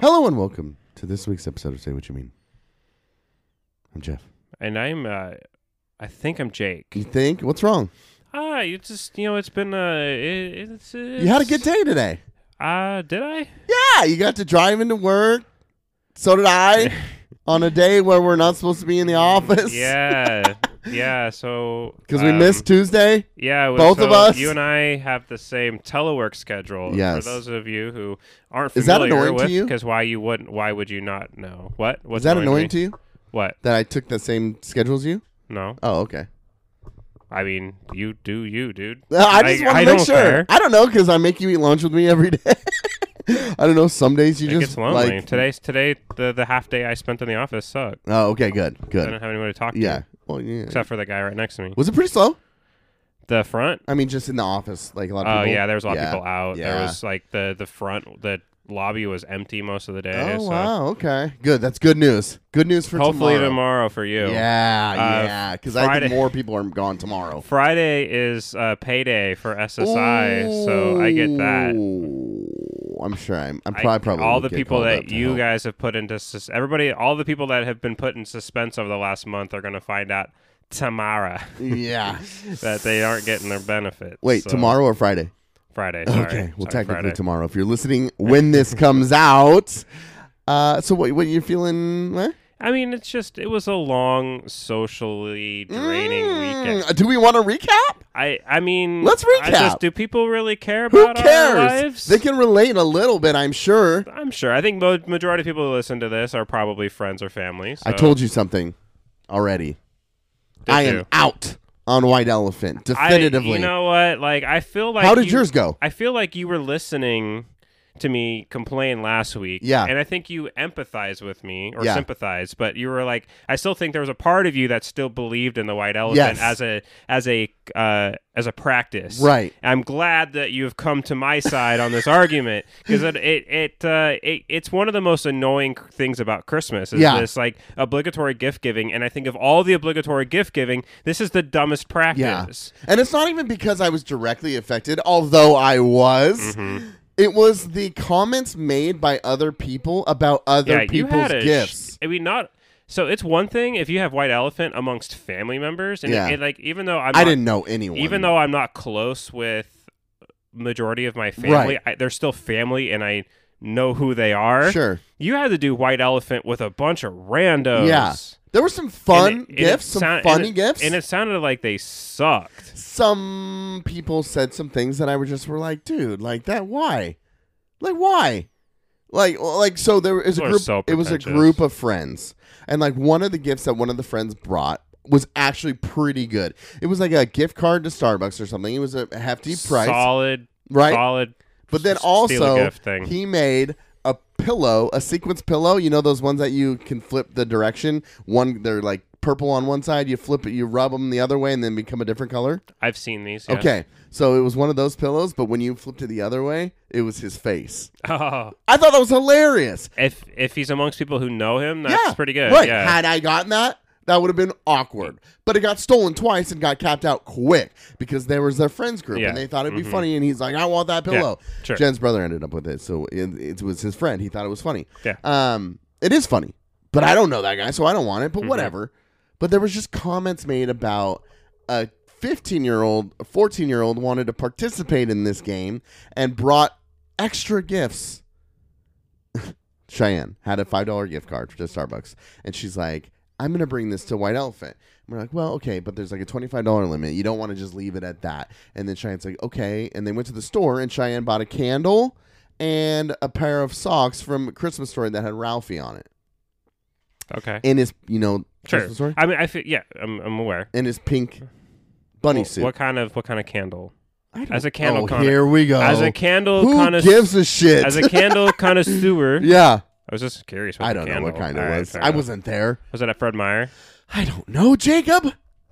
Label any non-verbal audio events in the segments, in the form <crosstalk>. Hello and welcome to this week's episode of Say What You Mean. I'm Jeff. and I'm uh, I think I'm Jake. You think? What's wrong? Ah, you just you know it's been uh, it, it's, it's You had a good day today. Ah, did I? Yeah, you got to drive into work. So did I. <laughs> on a day where we're not supposed to be in the office. <laughs> Yeah, yeah. So Because we um, missed Tuesday. Yeah, well, both of so us. You and I have the same telework schedule. Yes. For those of you who aren't Is that familiar annoying to with, you? because why you wouldn't? Why would you not know? What? What's Was that annoying to me? you What? that I took the same schedule as you? No. Oh, okay. I mean, you do you, dude. Uh, I just want to I make don't sure. care. I don't know because I make you eat lunch with me every day. <laughs> I don't know. Some days you It just gets lonely. like. Today's today the the half day I spent in the office sucked. Oh, okay. Good. I Good. don't have anybody to talk to. Yeah. Well, yeah. Except for the guy right next to me. Was it pretty slow? The front? I mean, just in the office, like a lot of Oh people. yeah, there was a lot Yeah. of people out. Yeah. There was like the the front the lobby was empty most of the day. Oh so wow. Okay. Good. That's good news. Good news for hopefully tomorrow. tomorrow. for you. Yeah. Uh, yeah. Because I Friday- think more people are gone tomorrow. Friday is uh, payday for SSI, so I get that. Ooh, I'm sure. I'm. I'm I- probably probably all would the get people called that up to you help. guys have put into sus- everybody, all the people that have been put in suspense over the last month are going to find out tomorrow <laughs> yeah. that they aren't getting their benefits. Wait, So, tomorrow or Friday? Friday. Sorry. okay. Well, Sorry, technically Friday. tomorrow. If you're listening when this <laughs> comes out. Uh, so what? What you're feeling? eh? I mean, it's just it was a long, socially draining weekend. Mm, Do we want to recap? I I mean, Let's I recap. just, do people really care Who about our cares? lives? They can relate a little bit, I'm sure. I'm sure. I think mo- majority of people who listen to this are probably friends or family. I told you something already. Did I am you? out on White Elephant definitively. you know what? Like, I feel like How did you- yours go? I feel like you were listening to me complain last week. Yeah. and I think you empathize with me or Yeah. sympathize, but you were like, I still think there was a part of you that still believed in the white elephant Yes. as a as a uh, as a practice, Right. I'm glad that you have come to my side on this argument because it it it, uh, it it's one of the most annoying c- things about Christmas is Yeah. this like obligatory gift giving, and I think of all the obligatory gift giving, this is the dumbest Yeah. practice. And it's not even because I was directly affected, although I was. Mm-hmm. It was the comments made by other people about other people's a sh- gifts. I mean, not so. It's one thing if you have white elephant amongst family members, and, Yeah. and, like even though I'm I not- didn't know anyone. even though I'm not close with majority of my family, I, they're still family, and I know who they are. Sure. you had to do white elephant with a bunch of randos. Yeah. There were some And fun it- and it gifts, some sound- and funny it- gifts. and it sounded like they sucked. some people said some things that I were just were like, dude, like that, why, like why, like like so there is a People are group. so it was a pretentious. group of friends, and like one of the gifts that one of the friends brought was actually pretty good. It was like a gift card to Starbucks or something. It was a hefty price, Solid, right? solid. But then s- steal a also, gift thing. he made a pillow, a sequence pillow. You know those ones that you can flip the direction. One, they're like purple on one side. You flip it, you rub them the other way, and then become a different color. I've seen these. yeah. Okay, so it was one of those pillows, but when you flipped it the other way, it was his face. <laughs> Oh, I thought that was hilarious. if if he's amongst people who know him, that's yeah, pretty good. Right? Yeah. Had I gotten that, that would have been awkward. But it got stolen twice and got capped out quick because there was their friends group Yeah, and Mm-hmm. they thought it'd be funny. And he's like, "I want that pillow." sure. Jen's brother ended up with it, so it, it was his friend. He thought it was funny. Yeah. Um, it is funny, but I don't know that guy, so I don't want it. But Mm-hmm. whatever. But there was just comments made about a 15 year old, a 14 year old wanted to participate in this game and brought extra gifts. Cheyenne had a five dollar gift card to Starbucks, and she's like, "I'm gonna bring this to White Elephant." And we're like, "Well, okay, but there's like a twenty five dollar limit. You don't want to just leave it at that." And then Cheyenne's like, "Okay," and they went to the store, and Cheyenne bought a candle and a pair of socks from Christmas Story that had Ralphie on it, Okay. and his you know Sure. Christmas Story, I mean, I feel, yeah, I'm, I'm aware. and his pink bunny Wh- suit. What kind of what kind of candle? I don't- as a candle oh, connoisseur- here we go. As a candle who connoisseur, gives a shit? as a <laughs> candle connoisseur, yeah, I was just curious. What I the don't know what candle- kind it All right, was. fair I enough. wasn't there. Was it at Fred Meyer? I don't know, Jacob.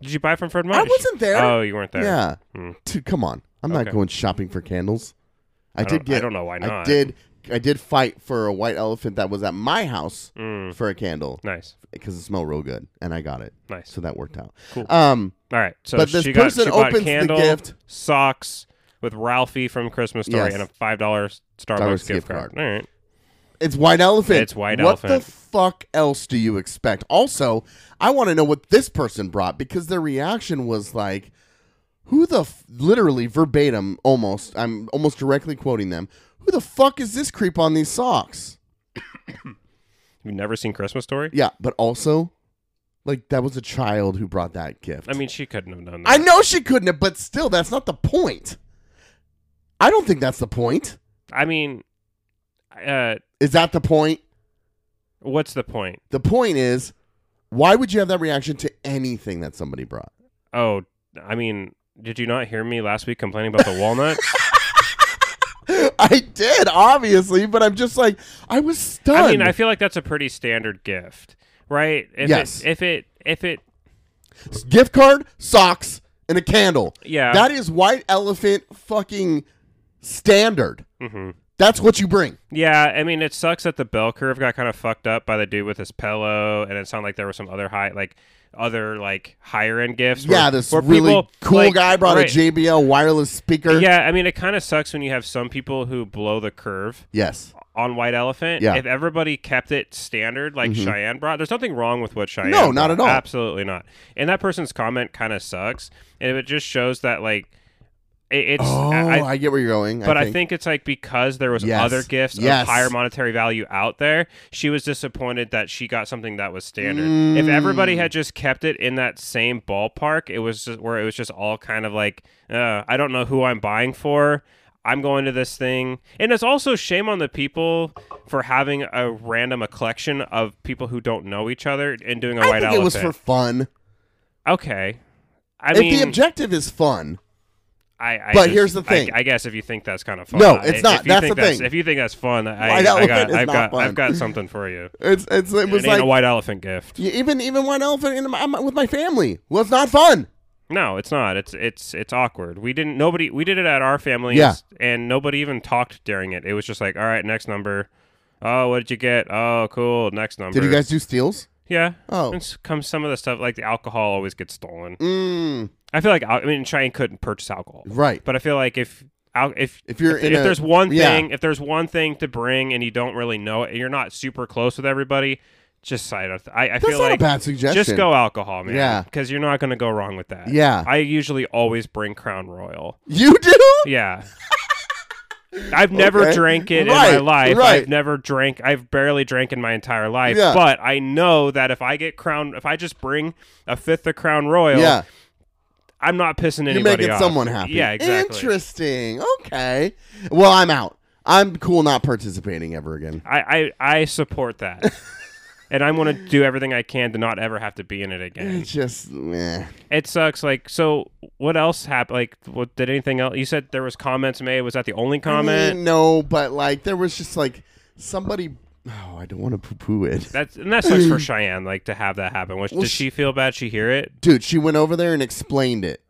Did you buy from Fred Meyer? I wasn't there. Oh, you weren't there. Yeah. Hmm. Dude, come on. I'm not Okay. going shopping for candles. I, I, did don't, get I don't know why not. I did I did fight for a white elephant that was at my house Mm, for a candle nice. because it smelled real good and I got it. Nice. So that worked out. Cool. Um All right. So but this she got, person she bought opens candle, the gift. socks with Ralphie from Christmas Story Yes. and a five dollar Starbucks, Starbucks gift gift card. All right. It's White Elephant. It's White what Elephant. the fuck else do you expect? Also, I want to know what this person brought because their reaction was like, who the, f-, literally verbatim, almost, I'm almost directly quoting them, who the fuck is this creep on these socks? You've never seen Christmas Story? Yeah, but also, like, that was a child who brought that gift. I mean, she couldn't have done that. I know she couldn't have, but still, that's not the point. I don't think that's the point. I mean, uh, Is that the point? what's the point? The point is, why would you have that reaction to anything that somebody brought? <laughs> Oh, I mean, did you not hear me last week <laughs> complaining about the walnuts? I did, obviously, but I'm just like, I was stunned. I mean, I feel like that's a pretty standard gift, right? If Yes. It, if it, if it, Gift card, socks, and a candle. Yeah. That is white elephant fucking standard. hmm That's what you bring. yeah. I mean, it sucks that the bell curve got kind of fucked up by the dude with his pillow, and it sounded like there were some other high, like other like higher end gifts. yeah, where- this where really people, cool like- guy brought right. a JBL wireless speaker. Yeah, I mean, it kind of sucks when you have some people who blow the curve Yes. on White Elephant. Yeah. Mm-hmm. If everybody kept it standard, like Cheyenne brought, there's nothing wrong with what Cheyenne. No, not at brought. all. Absolutely not. And that person's comment kind of sucks, and it just shows that like it, it's. Oh, I, I, get where you're going. but I think it's like because there was Yes. other gifts Yes. of higher monetary value out there, she was disappointed that she got something that was standard. If everybody Mm. had just kept it in that same ballpark, it was just where it was just all kind of like, uh, I don't know who I'm buying for. I'm going to this thing, and it's also shame on the people for having a random a collection of people who don't know each other and doing a I white think it was elephant. for fun. okay, I if mean, the objective is fun, I, I But just- here's the I- thing. I, guess if you think that's kind of fun, No, I- it's if not. you That's think the thing. If you think that's fun, I, White I elephant got, is I've not got, fun. I've got something for you. it's it's it was it ain't like a white elephant gift. Yeah, even even white elephant in my, my- with my family was not fun. No, it's not. It's it's it's awkward. We didn't. Nobody. We did it at our family. Yeah. And nobody even talked during it. It was just like, all right, next number. Oh, what did you get? Oh, cool. Next number. Did you guys do steals? Yeah. Oh. And s- comes some of the stuff like the alcohol always gets stolen. Mm, I feel like al- I mean Cheyenne couldn't purchase alcohol, right. Hmm. but I feel like if al- if If you're if, in if a- there's one yeah. thing if there's one thing to bring and you don't really know it and you're not super close with everybody just side of I, I That's feel not like a bad suggestion. just go alcohol man Yeah. because you're not gonna go wrong with that Yeah. I usually always bring Crown Royal You do? yeah <laughs> I've never Okay. drank it in my Right, life right. I've never drank I've barely drank in my entire life Yeah. but I know that if I get Crown if I just bring a fifth of Crown Royal Yeah. I'm not pissing anybody You're making off. someone happy. Yeah, exactly. Interesting. Okay. Well, I'm out. I'm cool not participating ever again. I, I, I <laughs> support that. and I'm going to do everything I can to not ever have to be in it again. It's just meh. It sucks. Like, so what else happened? Like, what did anything else? You said there was comments made. Was that the only I comment? mean, no, but like there was just like somebody Oh, I don't want to poo poo it. That's and that <clears throat> sucks for Cheyenne. Like to have that happen. Which Well, does she feel bad? She hear it? Dude, she went over there and explained it.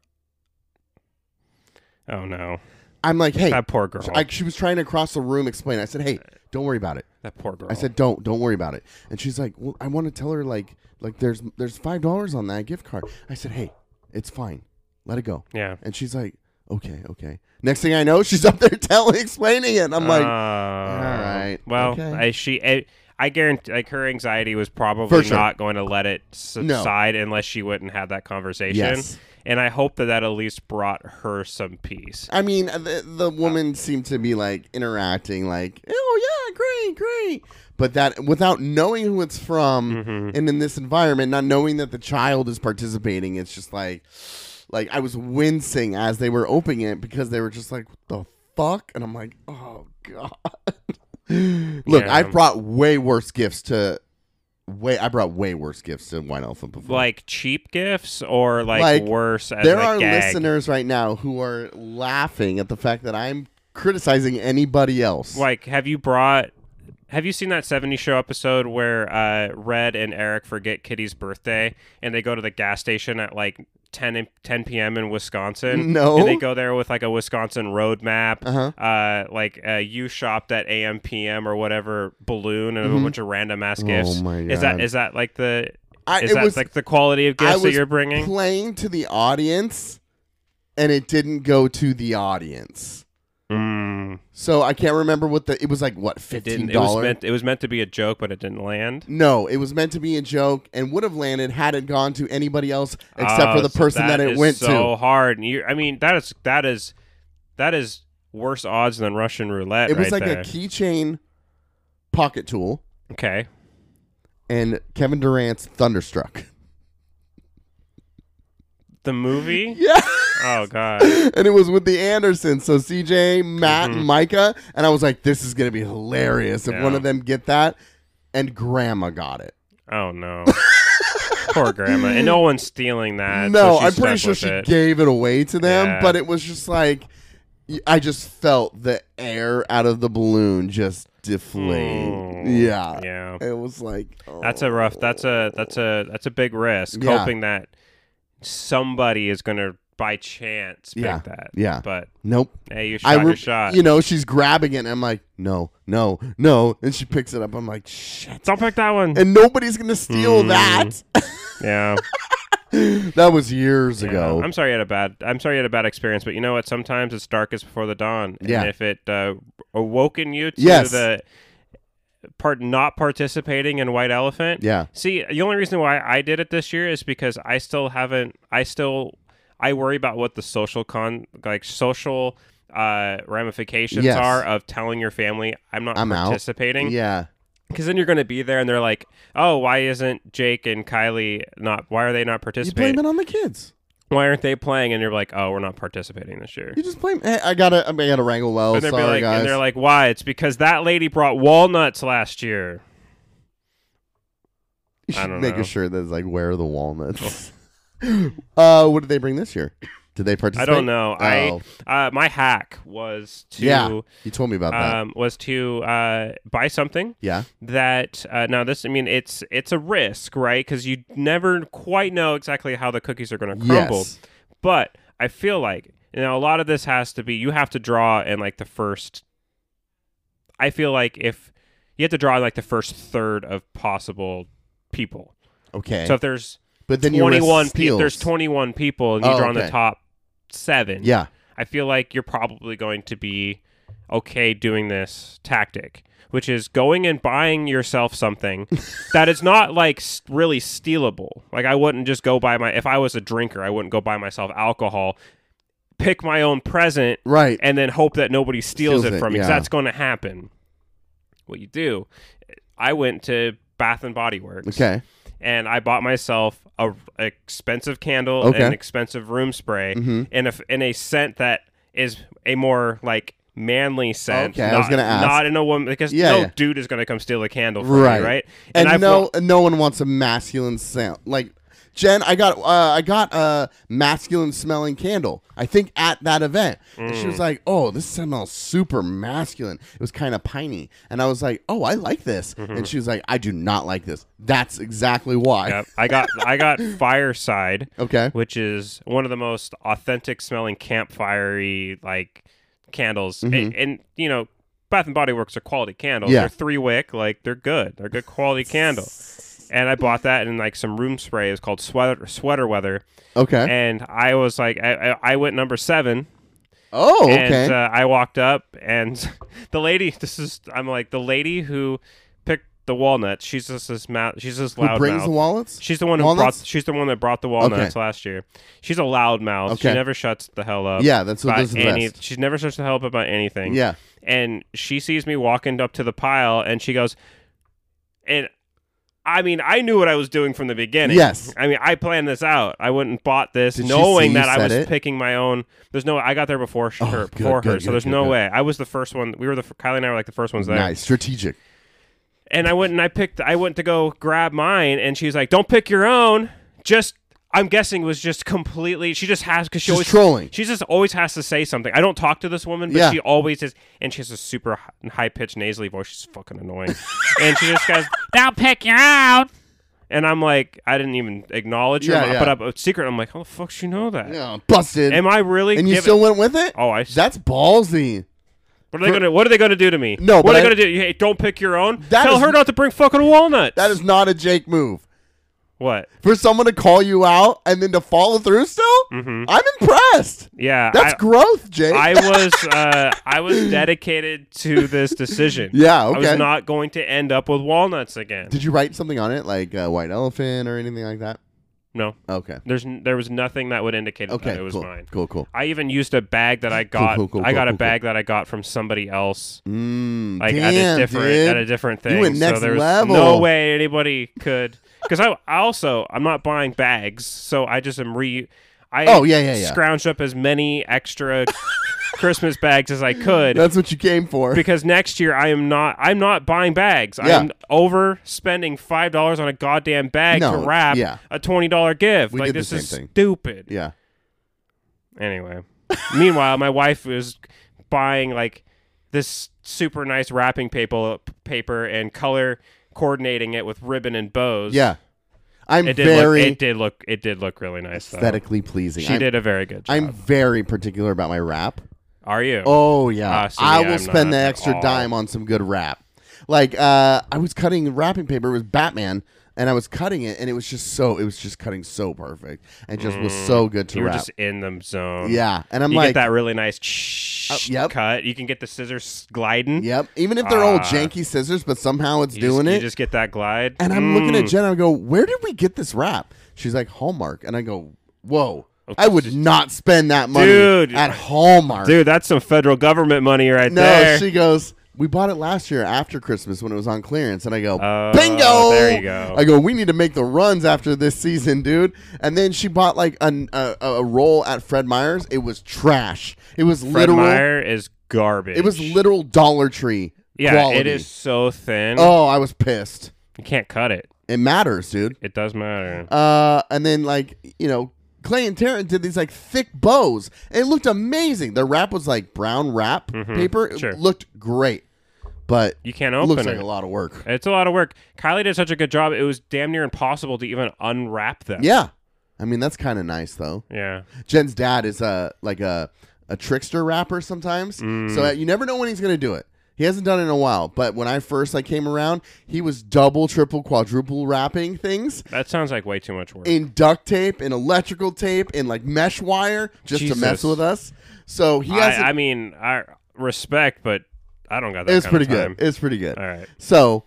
Oh no, I'm like, hey, that poor girl. I, she was trying to cross the room, explain. it. I said, hey, don't worry about it. that poor girl. I said, "Don't, don't worry about it." And she's like, "Well, I want to tell her like, like there's there's five dollars on that gift card." I said, "Hey, it's fine, let it go." yeah. And she's like, "Okay, okay." Next thing I know, she's up there <laughs> telling, explaining it. And Uh, I'm like, right. right, Well, okay. I, she. I, I guarantee, like her anxiety was probably For sure. not going to let it subside unless she went and had that conversation. Yes. And I hope that that at least brought her some peace. I mean, uh, the, the woman seemed to be like interacting, like, "Oh yeah, great, great," but that without knowing who it's from, and in this environment, not knowing that the child is participating, it's just like, like I was wincing as they were opening it because they were just like, "What the fuck?" and I'm like, "Oh god." <laughs> Look, Yeah. I've brought way worse gifts to. Way I brought way worse gifts to White Elephant before. Like cheap gifts or like, Like, worse as There a are gag. listeners right now who are laughing at the fact that I'm criticizing anybody else. Like, have you brought? Have you seen that 70 show episode where uh, Red and Eric forget Kitty's birthday and they go to the gas station at like 10 and- 10 p.m. in <laughs> Wisconsin? No. And they go there with like a Wisconsin road map, Uh-huh. uh, like uh, you shopped at AM PM or whatever balloon and a bunch of random ass gifts. Mm-hmm. Oh my Is that God. is that like the I, is that like the quality of I gifts that was you're bringing? playing to the audience, and it didn't go to the audience. Mm. So I can't remember what the it was like. What It fifteen didn't. It was dollars? meant. It was meant to be a joke, but it didn't land. No, it was meant to be a joke and would have landed had it gone to anybody else except Oh, for the so person that, it is went so to. hard. And you, I mean, that is that is that is worse odds than Russian roulette. It was right like there. a keychain pocket tool okay. and Kevin Durant's thunderstruck. <laughs> <laughs> The movie. Yeah. Oh <laughs> god. and it was with the Andersons. So CJ, Matt, and Micah. And I was like, this is going to be hilarious if Mm-hmm. Yeah. one of them get that. And grandma got it. Oh no. Poor grandma. And no one's stealing that. no, so she's I'm pretty stuck sure with she it. gave it away to them, Yeah. but it was just like y- I just felt the air out of the balloon just deflate. Mm, yeah. Yeah. It was like oh. That's a rough. That's a that's a that's a big risk. Yeah. Hoping that somebody is gonna by chance pick Yeah. that. Yeah. But Nope. hey, you shot re- your shot. You know, she's grabbing it and I'm like, "No, no, no." And she picks it up. I'm like, "Shit." Don't pick that one. And nobody's going to steal Mm. that. <laughs> yeah. that was years Yeah. ago. I'm sorry you had a bad. I'm sorry you had a bad experience. But you know what? Sometimes it's darkest before the dawn. And Yeah. If it uh, awoken you to Yes. the part not participating in White Elephant. yeah. See, the only reason why I did it this year is because I still haven't. I still I worry about what the social con like social uh ramifications Yes. are of telling your family I'm not I'm out. participating Yeah. because then you're going to be there and they're like, "Oh, why isn't Jake and Kylie not why are they not You blame participating? it on the kids. Why aren't they playing?" And you're like, "Oh, we're not participating this year." You just blame hey, I got to I got to wrangle well. and they're be Oh, Sorry like, guys. and they're like, "Why? It's because that lady brought walnuts last year." You I should don't make know. Oh. a shirt that's like where are the walnuts. <laughs> uh, what did they bring this year? Did they I participate? don't know. Oh. I uh, my hack was to Yeah. You told me about that. um, was to uh, buy something Yeah. that uh, now this I mean it's it's a risk right because you never quite know exactly how the cookies are going to crumble Yes. but I feel like you know a lot of this has to be you have to draw in like the first I feel like if you have to draw like the first third of possible people Okay. so if there's but then you 21 risk people steals. there's 21 people and you Oh, draw in the okay. top seven Yeah. I feel like you're probably going to be okay doing this tactic, which is going and buying yourself <laughs> something that is not like s- really stealable. Like I wouldn't just go buy my if I was a drinker, I wouldn't go buy myself alcohol, pick my own present Right. and then hope that nobody steals, Steals it it, from me cuz yeah. that's going to happen. What you do, I went to Bath and Body Works Okay. and I bought myself a a expensive candle Okay. and an expensive room spray Mhm. in a f- in a scent that is a more like manly scent. Okay, I not, was gonna ask. Not in a woman because Yeah, no yeah. dude is gonna come steal a candle from Right. you, right? And, I've no wa- and no one wants a masculine sound. Like Jen, I got uh, I got a masculine smelling candle. I think at that event, and Mm. she was like, "Oh, this smells super masculine." It was kind of piney, and I was like, "Oh, I like this." Mm-hmm. And she was like, "I do not like this." That's exactly why. Yep, I got <laughs> I got Fireside, Okay. which is one of the most authentic smelling campfirey like candles, and, and you know. Bath and Body Works are quality candles. Mm-hmm. Yeah. They're three wick, like they're good. They're good quality candle. And I bought that and like some room spray. It's called sweater sweater weather. Okay. And I was like, I, I, I went number seven. oh, okay. And uh, I walked up, and <laughs> the lady, this is, I'm like, the lady who picked the walnuts. She's just this mouth. She's this Who loud brings mouth. the wallets? She's the one who Walnuts? brought. She's the one that brought the walnuts last year. She's a loud mouth. She Okay. never shuts the hell up. yeah, that's what about those are the any, best. She's never shuts the hell up about anything. Yeah. And she sees me walking up to the pile, and she goes, and I mean, I knew what I was doing from the beginning. Yes. I mean, I planned this out. I went and bought this Did she knowing see you that I said was it? picking my own. There's no. I got there before sh- Oh, her. good, before her, good, so good, there's good, no good. way. I was the first one. We were the f- Kylie and I were like the first ones there. Nice, strategic. And I went and I picked. I went to go grab mine, and she's like, "Don't pick your own. Just." I'm guessing was just completely. She just has because she She's always trolling. She just always has to say something. I don't talk to this woman, but Yeah. she always is, and she has a super high pitched nasally voice. She's fucking annoying, <laughs> and she just goes, "Don't pick your own." And I'm like, I didn't even acknowledge her, Yeah, yeah. but I, but secret. I'm like, how the fuck she know that? Yeah, busted. Am I really? and you giving- still went with it? Oh, I. That's ballsy. what are they gonna? What are they gonna do to me? No, What but are I- they gonna do? Hey, don't pick your own. That Tell is- her not to bring fucking walnuts. That is not a Jake move. What? for someone to call you out and then to follow through still? Mm-hmm. I'm impressed. Yeah. That's I, growth, Jake. I was uh, I was dedicated to this decision. <laughs> yeah, I was okay. not going to end up with walnuts again. Did you write something on it, like uh, white elephant or anything like that? No, Okay. there's n- there was nothing that would indicate Okay. that Uh, it was cool. mine. Cool. Cool. I even used a bag that I got. cool, cool, I got cool, a cool, bag that I got from somebody else. Mm, like damn, at a different dude. at a different You thing. went next so there's level. no way anybody could because I, I also I'm not buying bags, so I just am re. I Oh, yeah, yeah, yeah. Scrounged up as many extra Christmas bags as I <laughs> could That's what you came for. <laughs> because next year I am not I'm not buying bags. Yeah. I'm overspending five dollars on a goddamn bag No, to wrap yeah. a twenty dollar gift. We like did the this same is thing. stupid. yeah. Anyway, meanwhile, my wife was buying like this super nice wrapping paper, paper and color coordinating it with ribbon and bows. Yeah. I'm it did. very look, it did look. It did look really nice. Though. aesthetically pleasing. She I'm, did a very good job. I'm very particular about my wrap. Are you? Oh yeah, Ah, see, I yeah, will I'm not spend the at extra all. dime on some good wrap. Like uh, I was cutting wrapping paper with Batman, and I was cutting it, and it was just so it was just cutting so perfect, and just was so good to Mm, you were wrap. just in the zone. yeah, and I'm you like, get that really nice sh- Uh, yep. cut. You can get the scissors gliding. yep. Even if they're old Ah. janky scissors, but somehow it's You doing just, it. You just get that glide. and I'm looking at Mm. Jen. I go, where did we get this wrap? She's like Hallmark, and I go, whoa. I would not spend that money Dude. at Hallmark. dude. That's some federal government money right No, there. she goes, We bought it last year after Christmas when it was on clearance. And I go, Oh, Bingo! there you go. I go, We need to make the runs after this season, dude. And then she bought like an, a, a roll at Fred Meyer's. It was trash. It was Fred literal. Meyer is garbage. It was literal Dollar Tree Yeah, quality. it is so thin. Oh, I was pissed. You can't cut it. It matters, dude. It does matter. Uh, and then like you know, Clay and Tarrant did these like thick bows, and it looked amazing. The wrap was like brown wrap paper. It Mm-hmm. sure. looked great, but You can't it open looks it. like a lot of work. It's a lot of work. Kylie did such a good job. It was damn near impossible to even unwrap them. Yeah, I mean that's kind of nice though. Yeah. Jen's dad is a like a a trickster rapper sometimes, so uh, Mm. you never know when he's gonna do it. He hasn't done it in a while, but when I first like came around, he was double, triple, quadruple wrapping things That sounds like way too much work. in duct tape, in electrical tape, in like mesh wire, just to Jesus. mess with us. So he has. I, I mean, I respect, but I don't got that. it's kind pretty of good. time. It's pretty good. All right. So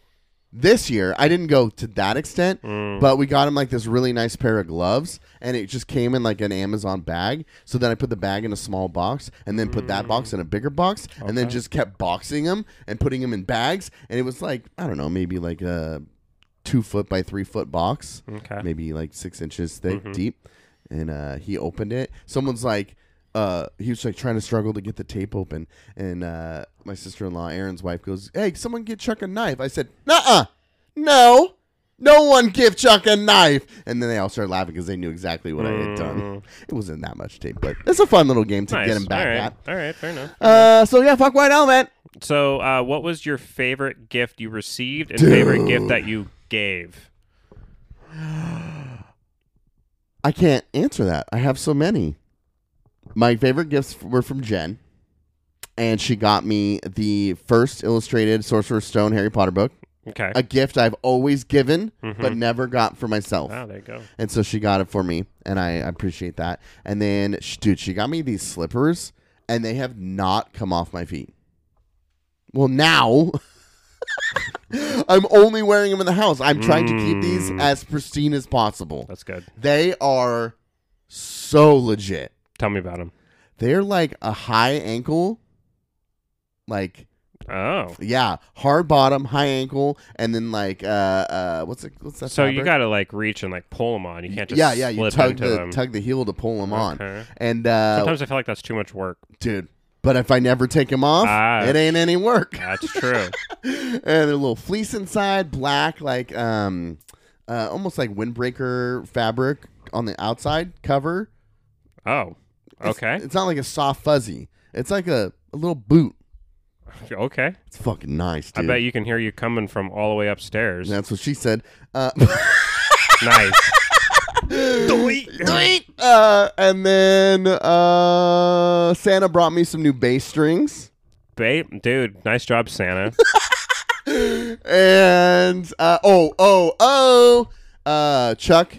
this year, I didn't go to that extent, Mm. but we got him like this really nice pair of gloves, and it just came in like an Amazon bag. So then I put the bag in a small box, and then put Mm. that box in a bigger box, and then just kept boxing him and putting him in bags. And it was like I don't know, maybe like a two foot by three foot box, Okay. Mm-hmm. maybe like six inches thick, deep. And uh, he opened it. Someone's like. Uh, he was like trying to struggle to get the tape open, and uh, my sister in law, Aaron's wife, goes, "Hey, someone get Chuck a knife." I said, "Nuh-uh, no, no one give Chuck a knife. And then they all started laughing because they knew exactly what I had done. It wasn't that much tape, but it's a fun little game to Mm. Nice. get him back All right. at. All right. Fair enough. Uh, so yeah, fuck white element. So, uh, what was your favorite gift you received and favorite gift that you gave? I can't answer that. I have so many. My favorite gifts f- were from Jen, and she got me the first illustrated Sorcerer's Stone Harry Potter book, Okay. a gift I've always given but Mhm. never got for myself. Oh, there you go. And so she got it for me, and I appreciate that. And then, sh- dude, she got me these slippers, and they have not come off my feet. Well, now <laughs> I'm only wearing them in the house. I'm trying to keep these Mm. as pristine as possible. That's good. They are so legit. Tell me about him. They're like a high ankle, like Oh. yeah, hard bottom, high ankle, and then like uh uh, what's it? What's that? So you fabric? got to like reach and like pull them on. You can't just yeah yeah you slip tug into the them. tug the heel to pull them on. Okay. And uh, Sometimes I feel like that's too much work. dude. But if I never take them off, Ah. it ain't any work. <laughs> That's true. and they're a little fleece inside, black, like um, uh, almost like windbreaker fabric on the outside cover. oh, It's- okay, It's not like a soft fuzzy. It's like a, a little boot. okay. It's fucking nice, I dude. bet you can hear you coming from all the way upstairs. That's what she said. Uh, <laughs> nice. uh, and then uh, Santa brought me some new bass strings. Babe, dude, nice <laughs> job, Santa. and uh, oh, oh, oh, Uh, Chuck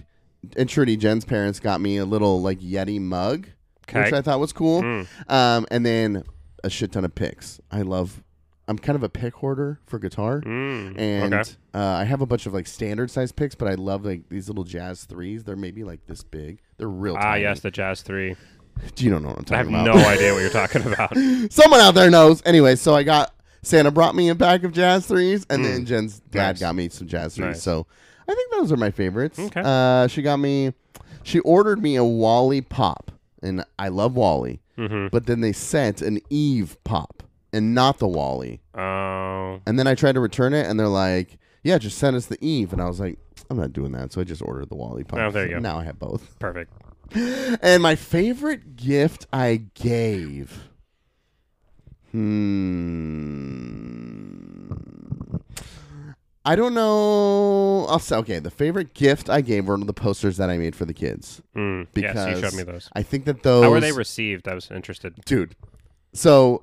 and Trudy, Jen's parents, got me a little like Yeti mug, which Okay. I thought was cool. Mm. Um, and then a shit ton of picks. I love. I'm kind of a pick hoarder for guitar. Mm, And okay. uh, I have a bunch of like standard size picks, but I love like these little jazz threes. They're maybe like this big. They're real. Ah, tiny. yes, the Jazz Three. You don't know what I'm I talking have about. no idea what you're talking <laughs> about. Someone out there knows. Anyway, so I got Santa brought me a bag of jazz threes, and Mm. then Jen's dad Nice. got me some jazz threes. Nice. So I think those are my favorites. Okay. Uh, she got me. She ordered me a Wally pop, and I love Wally. Mm-hmm. But then they sent an Eve pop, and not the Wally. Oh, And then I tried to return it, and they're like, "Yeah, just send us the Eve." And I was like, "I'm not doing that." So I just ordered the Wally pop. Oh, there you So go. Now I have both. <laughs> perfect. And my favorite gift I gave. Hmm. I don't know. I'll say okay. The favorite gift I gave were the posters that I made for the kids. Mm. yes, you Because showed me those. I think that those How were they received? I was interested. dude. So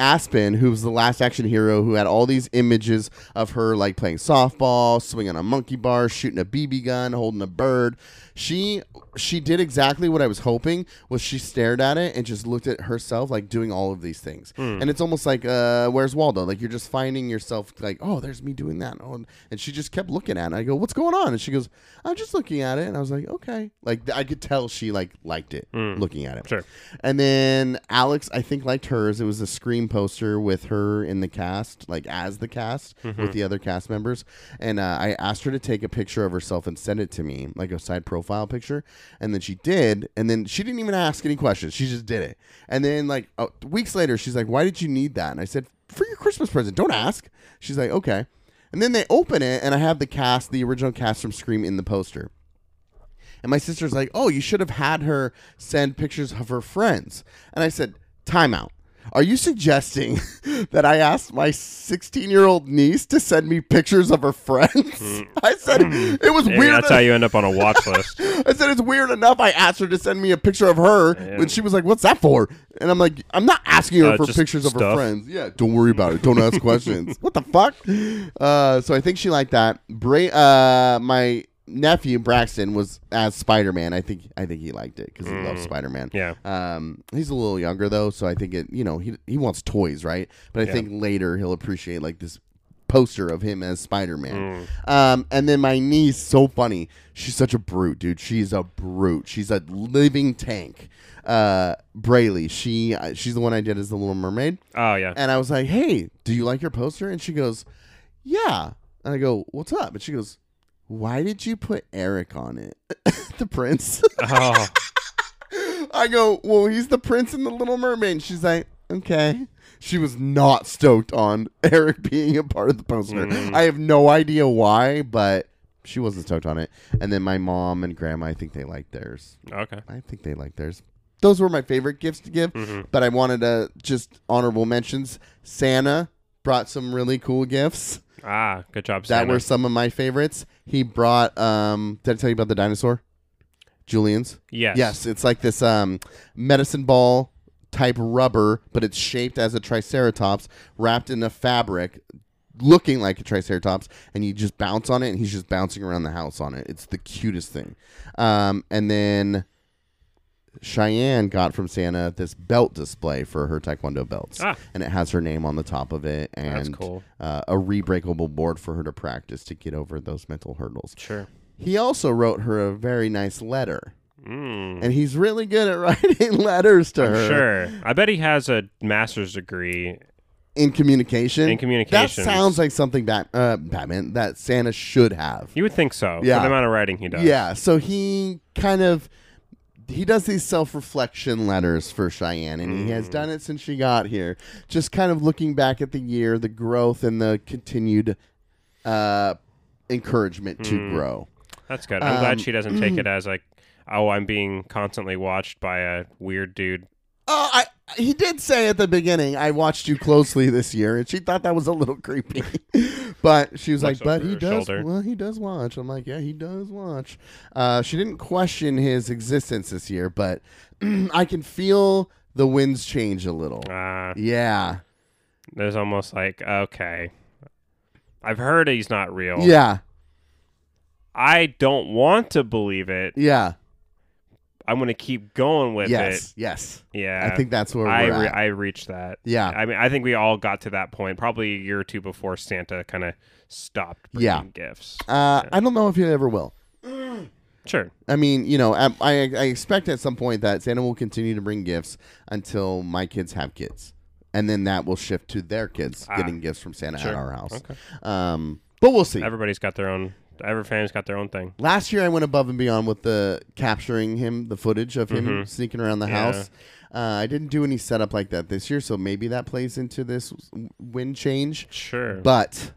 Aspen, who was the last action hero, who had all these images of her like playing softball, swinging a monkey bar, shooting a BB gun, holding a bird. She she did exactly what I was hoping. Was she stared at it and just looked at herself like doing all of these things. And it's almost like uh, where's Waldo? Like you're just finding yourself like oh there's me doing that. Oh, and she just kept looking at it. And I go what's going on? And she goes I'm just looking at it. And I was like okay. Like th- I could tell she like liked it looking at it. Sure. And then Alex, I think, liked hers. It was a Scream poster with her in the cast, like as the cast with the other cast members. And uh, I asked her to take a picture of herself and send it to me, like a side profile picture. And then she did. And then she didn't even ask any questions. She just did it. And then, like, uh, weeks later, she's like, Why did you need that? And I said, For your Christmas present. Don't ask. She's like, Okay. And then they open it, and I have the cast, the original cast from Scream in the poster. And my sister's like, "Oh, you should have had her send pictures of her friends." And I said, "Timeout. Are you suggesting <laughs> that I asked my 16-year-old niece to send me pictures of her friends?" <laughs> I said, "It was Maybe weird." that's how you end up on <laughs> a watch list. I said, "It's weird enough." I asked her to send me a picture of her, Yeah. and she was like, "What's that for?" And I'm like, "I'm not asking her Uh, for just pictures of her stuff. friends. Yeah, don't worry about it. Don't <laughs> ask questions. What the fuck?" Uh, so I think she liked that. Bra- uh, my nephew Braxton was as Spider Man. I think I think he liked it because he loves Spider Man. Mm. Yeah. Um, he's a little younger though, so I think it. You know, he he wants toys, right? But I Yeah. think later he'll appreciate like this poster of him as Spider Man. Um, and then my niece, so funny. She's such a brute, dude. She's a brute. She's a living tank. Uh, Braylee, she uh, she's the one I did as the Little Mermaid, Oh <laughs> yeah. and I was like, "Hey, do you like your poster?" And she goes, "Yeah." And I go, "What's up?" And she goes, "Why did you put Eric on it, <laughs> the prince?" Oh, I go, well, he's the prince in the Little Mermaid. And she's like, okay. She was not stoked on <laughs> Eric being a part of the poster. I have no idea why, but she wasn't stoked on it. And then my mom and grandma, I think they liked theirs. okay. I think they liked theirs. Those were my favorite gifts to give, but I wanted to just honorable mentions. Santa brought some really cool gifts Ah, good job, that Santa. were some of my favorites. He brought, um, did I tell you about the dinosaur? Julian's? yes. Yes, it's like this um, medicine ball type rubber, but it's shaped as a triceratops, wrapped in a fabric, looking like a triceratops, and you just bounce on it, and he's just bouncing around the house on it. It's the cutest thing. Um, and then Cheyenne got from Santa this belt display for her taekwondo belts, Ah. and it has her name on the top of it, and That's cool. uh, a rebreakable board for her to practice to get over those mental hurdles. Sure. He also wrote her a very nice letter Mm. and he's really good at <laughs> writing letters to her Sure. I bet he has a master's degree. in communication. In communications. that sounds like something Bat- uh, Batman that Santa should have. You would think so. Yeah. For the amount of writing he does. Yeah, so he kind of he does these self-reflection letters for Cheyenne, and he has Hmm. done it since she got here. Just kind of looking back at the year, the growth, and the continued uh, encouragement to Hmm. grow. That's good. I'm glad Um, she doesn't take it as like, oh, I'm being constantly watched by a weird dude. Oh, I he did say at the beginning, I watched you closely this year, and she thought that was a little creepy. <laughs> but she was like, Looks "But over he her does. shoulder. Well, he does watch." I'm like, "Yeah, he does watch." Uh, she didn't question his existence this year, but <clears throat> I can feel the winds change a little. Uh, Yeah, there's almost like, okay, I've heard he's not real. yeah. I don't want to believe it. Yeah. I'm going to keep going with yes. Yes. it. Yeah. I think that's where we're I, re- at. I reached that. yeah. I mean, I think we all got to that point probably a year or two before Santa kind of stopped bringing Yeah. gifts. Uh, I don't know if he ever will. Sure. I mean, you know, I, I I expect at some point that Santa will continue to bring gifts until my kids have kids, and then that will shift to their kids Ah. getting gifts from Santa Sure. at our house. Okay. Um, but we'll see. Everybody's got their own. Every family's got their own thing. Last year, I went above and beyond with the capturing him, the footage of him Mhm. sneaking around the Yeah. house. Uh, I didn't do any setup like that this year, so maybe that plays into this w- wind change. Sure. But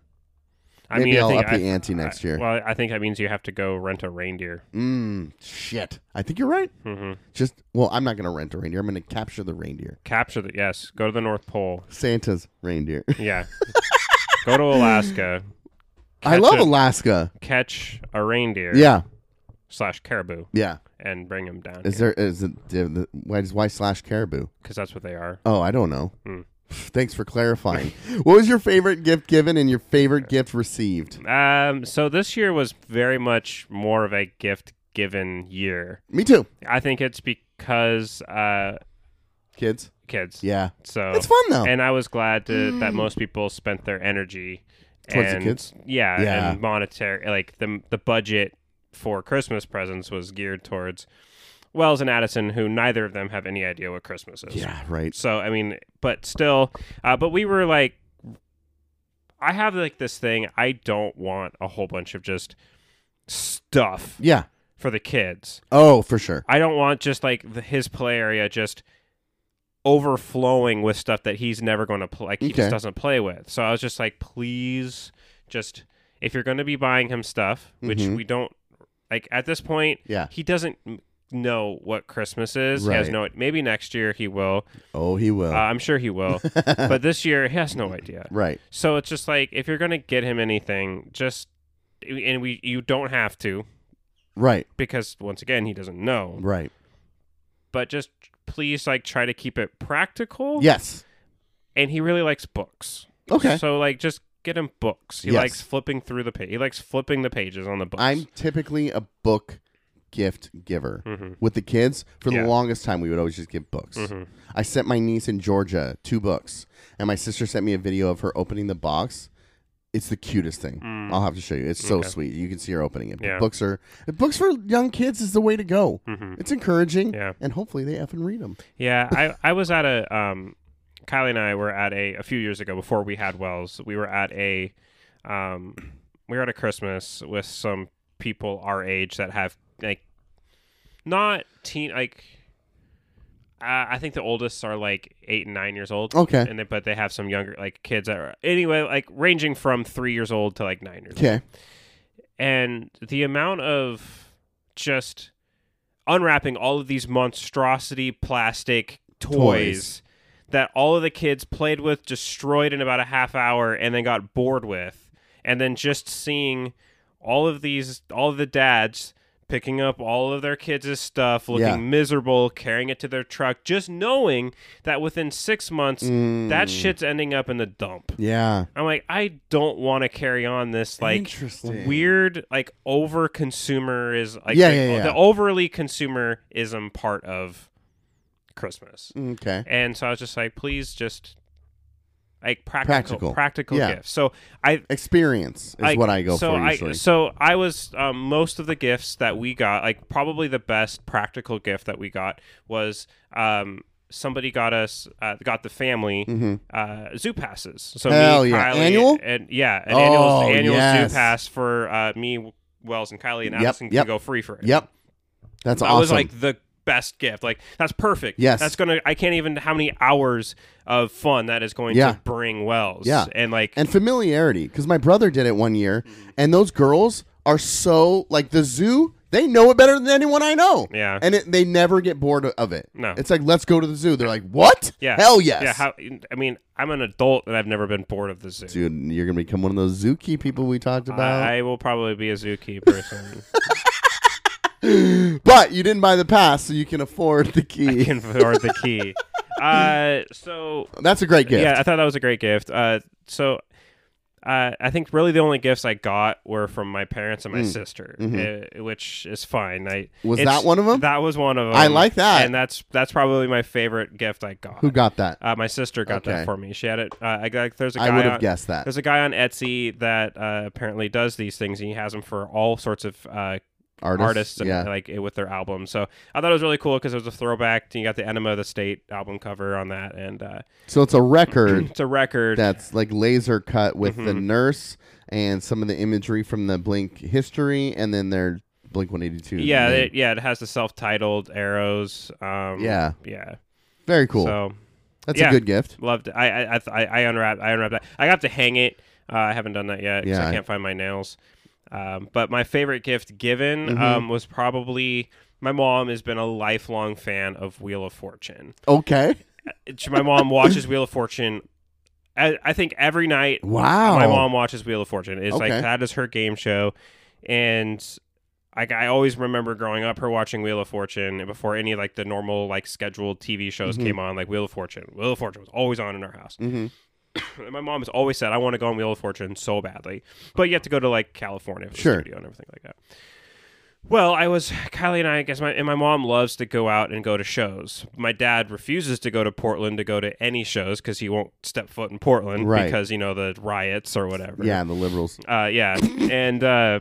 I maybe mean, I I'll think up the ante next year. Well, I think that means you have to go rent a reindeer. mm, shit, I think you're right. hmm Just well, I'm not gonna rent a reindeer. I'm gonna capture the reindeer. Capture the yes. Go to the North Pole. Santa's reindeer. <laughs> Yeah. go to Alaska. I Catch love a- Alaska. Catch a reindeer Yeah, slash caribou yeah. and bring them down Is there is it do the- why does why slash caribou? because that's what they are. Oh, I don't know. Hmm. <laughs> Thanks for clarifying. what was your favorite gift given and your favorite gift received? Um. So this year was very much more of a gift given year. Me too. I think it's because uh, Kids. kids. Yeah, So it's fun Oh. though. Oh. and I was glad to, that most people spent their energy Towards the and, kids? Yeah, Yeah. and monetary like the the budget for Christmas presents was geared towards Wells and Addison, who neither of them have any idea what Christmas is. yeah, right. So I mean, but still, uh, but we were like, I have like this thing. I don't want a whole bunch of just stuff Yeah. for the kids. Oh, for sure. I don't want just like the, his play area just overflowing with stuff that he's never going to play. Like he Okay. just doesn't play with. So I was just like, please, just if you're going to be buying him stuff, which Mhm. we don't like at this point, Yeah. he doesn't m- know what Christmas is. He has Right. no. Maybe next year he will. Oh, he will. Uh, <laughs> I'm sure he will. but this year he has no idea. right. So it's just like if you're going to get him anything, just and we you don't have to Right. because once again he doesn't know Right. but just please like try to keep it practical. Yes. And he really likes books. Okay. So like just get him books. He Yes. likes flipping through the page. He likes flipping the pages on the books. I'm typically a book gift giver. Mhm. With the kids, for the Yeah. Mm-hmm. longest time, we would always just give books. I sent my niece in Georgia two books, and my sister sent me a video of her opening the box. It's the cutest thing. Mm-hmm. I'll have to show you. It's so Mm. Okay. sweet. You can see her opening it. But Yeah. Books are books for young kids is the way to go. Mhm. It's encouraging, Yeah. and hopefully they effing read them. Yeah, I I was at a um Kylie and I were at a a few years ago before we had Wells. We were at a um we were at a Christmas with some people our age that have like not teen like uh, I think the oldest are like eight and nine years old. Okay. and they, but they have some younger like kids that are anyway like ranging from three years old to like nine years old. Okay. And the amount of just unwrapping all of these monstrosity plastic toys, Toys. that all of the kids played with, destroyed in about a half hour, and then got bored with, and then just seeing all of these, all of the dads picking up all of their kids' stuff, looking Yeah. miserable, carrying it to their truck, just knowing that within six months. That Mm. shit's ending up in the dump. Yeah. I'm like, I don't want to carry on this like Interesting. weird like over consumerism. Like, Yeah, the, yeah, yeah. the overly consumerism part of Christmas. Okay. And so I was just like, please just like practical Practical. practical, Yeah. gifts. So I Experience is like, what I go so for I, usually. So I was um, most of the gifts that we got, like probably the best practical gift that we got was um, somebody got us uh, got the family uh, zoo passes. So Mm-hmm. Hell me, yeah. Kylie, Annual? and yeah, an Oh, annual annual yes. zoo pass for uh, me, Wells, and Kylie, and Yep, Allison yep. can go free for it. yep. That's That awesome. was like the best gift. Like that's perfect. Yes. that's gonna. I can't even how many hours of fun that is going Yeah. to bring Wells. Yeah. and like and familiarity because my brother did it one year Mm-hmm. and those girls are so like the zoo they know it better than anyone i know Yeah. and it, they never get bored of it No. it's like let's go to the zoo they're like what Yeah. hell yes Yeah. How, I mean, I'm an adult and I've never been bored of the zoo. dude you're gonna become one of those zookeeper people we talked about <gasps> <laughs> I, I will probably be a zookeeper soon. <laughs> but you didn't buy the pass so you can afford the key Can afford the key. Uh, so that's a great gift yeah, I thought that was a great gift. Uh, so uh, I think really the only gifts I got were from my parents and my Mm. sister, Mhm. eh, which is fine. I Was it's- that one of them? That was one of them. I like that. and that's that's probably my favorite gift I got. Who got that? Uh, my sister got Okay. that for me. She had it. Uh, I got there's a guy. I would on- have guessed that. There's a guy on Etsy that uh, apparently does these things, and he has them for all sorts of uh, Artists, artists, and yeah. like it- with their albums. So I thought it was really cool because it was a throwback. to- You got the Enema of the State album cover on that, and uh, so it's a record it's a record. that's like laser cut with the Mhm. nurse and some of the imagery from the Blink history, and then their Blink One Eighty Two. yeah, it, yeah, it has the self-titled arrows. Um, yeah, yeah, very cool. So that's a yeah. good gift. loved. It. I I I th- I, I unwrapped. I unwrapped that. I got to hang it. Uh, I haven't done that yet because Yeah. I can't find my nails. Um, but my favorite gift given Mhm. um, was probably my mom has been a lifelong fan of Wheel of Fortune. Okay. It's- My <laughs> mom watches Wheel of Fortune. I, I think every night Wow. my mom watches Wheel of Fortune. It's Okay. like that is her game show, and like I always remember growing up, her watching Wheel of Fortune before any like the normal like scheduled TV shows Mhm. came on. Like Wheel of Fortune, Wheel of Fortune was always on in our house. hmm And my mom has always said I want to go on Wheel of Fortune so badly, but you have to go to like California for the Sure. studio and everything like that. Well, I was Kylie and I, I guess my and my mom loves to go out and go to shows. My dad refuses to go to Portland to go to any shows because he won't step foot in Portland Right. because you know the riots or whatever. Yeah, the liberals. Uh, yeah, and uh,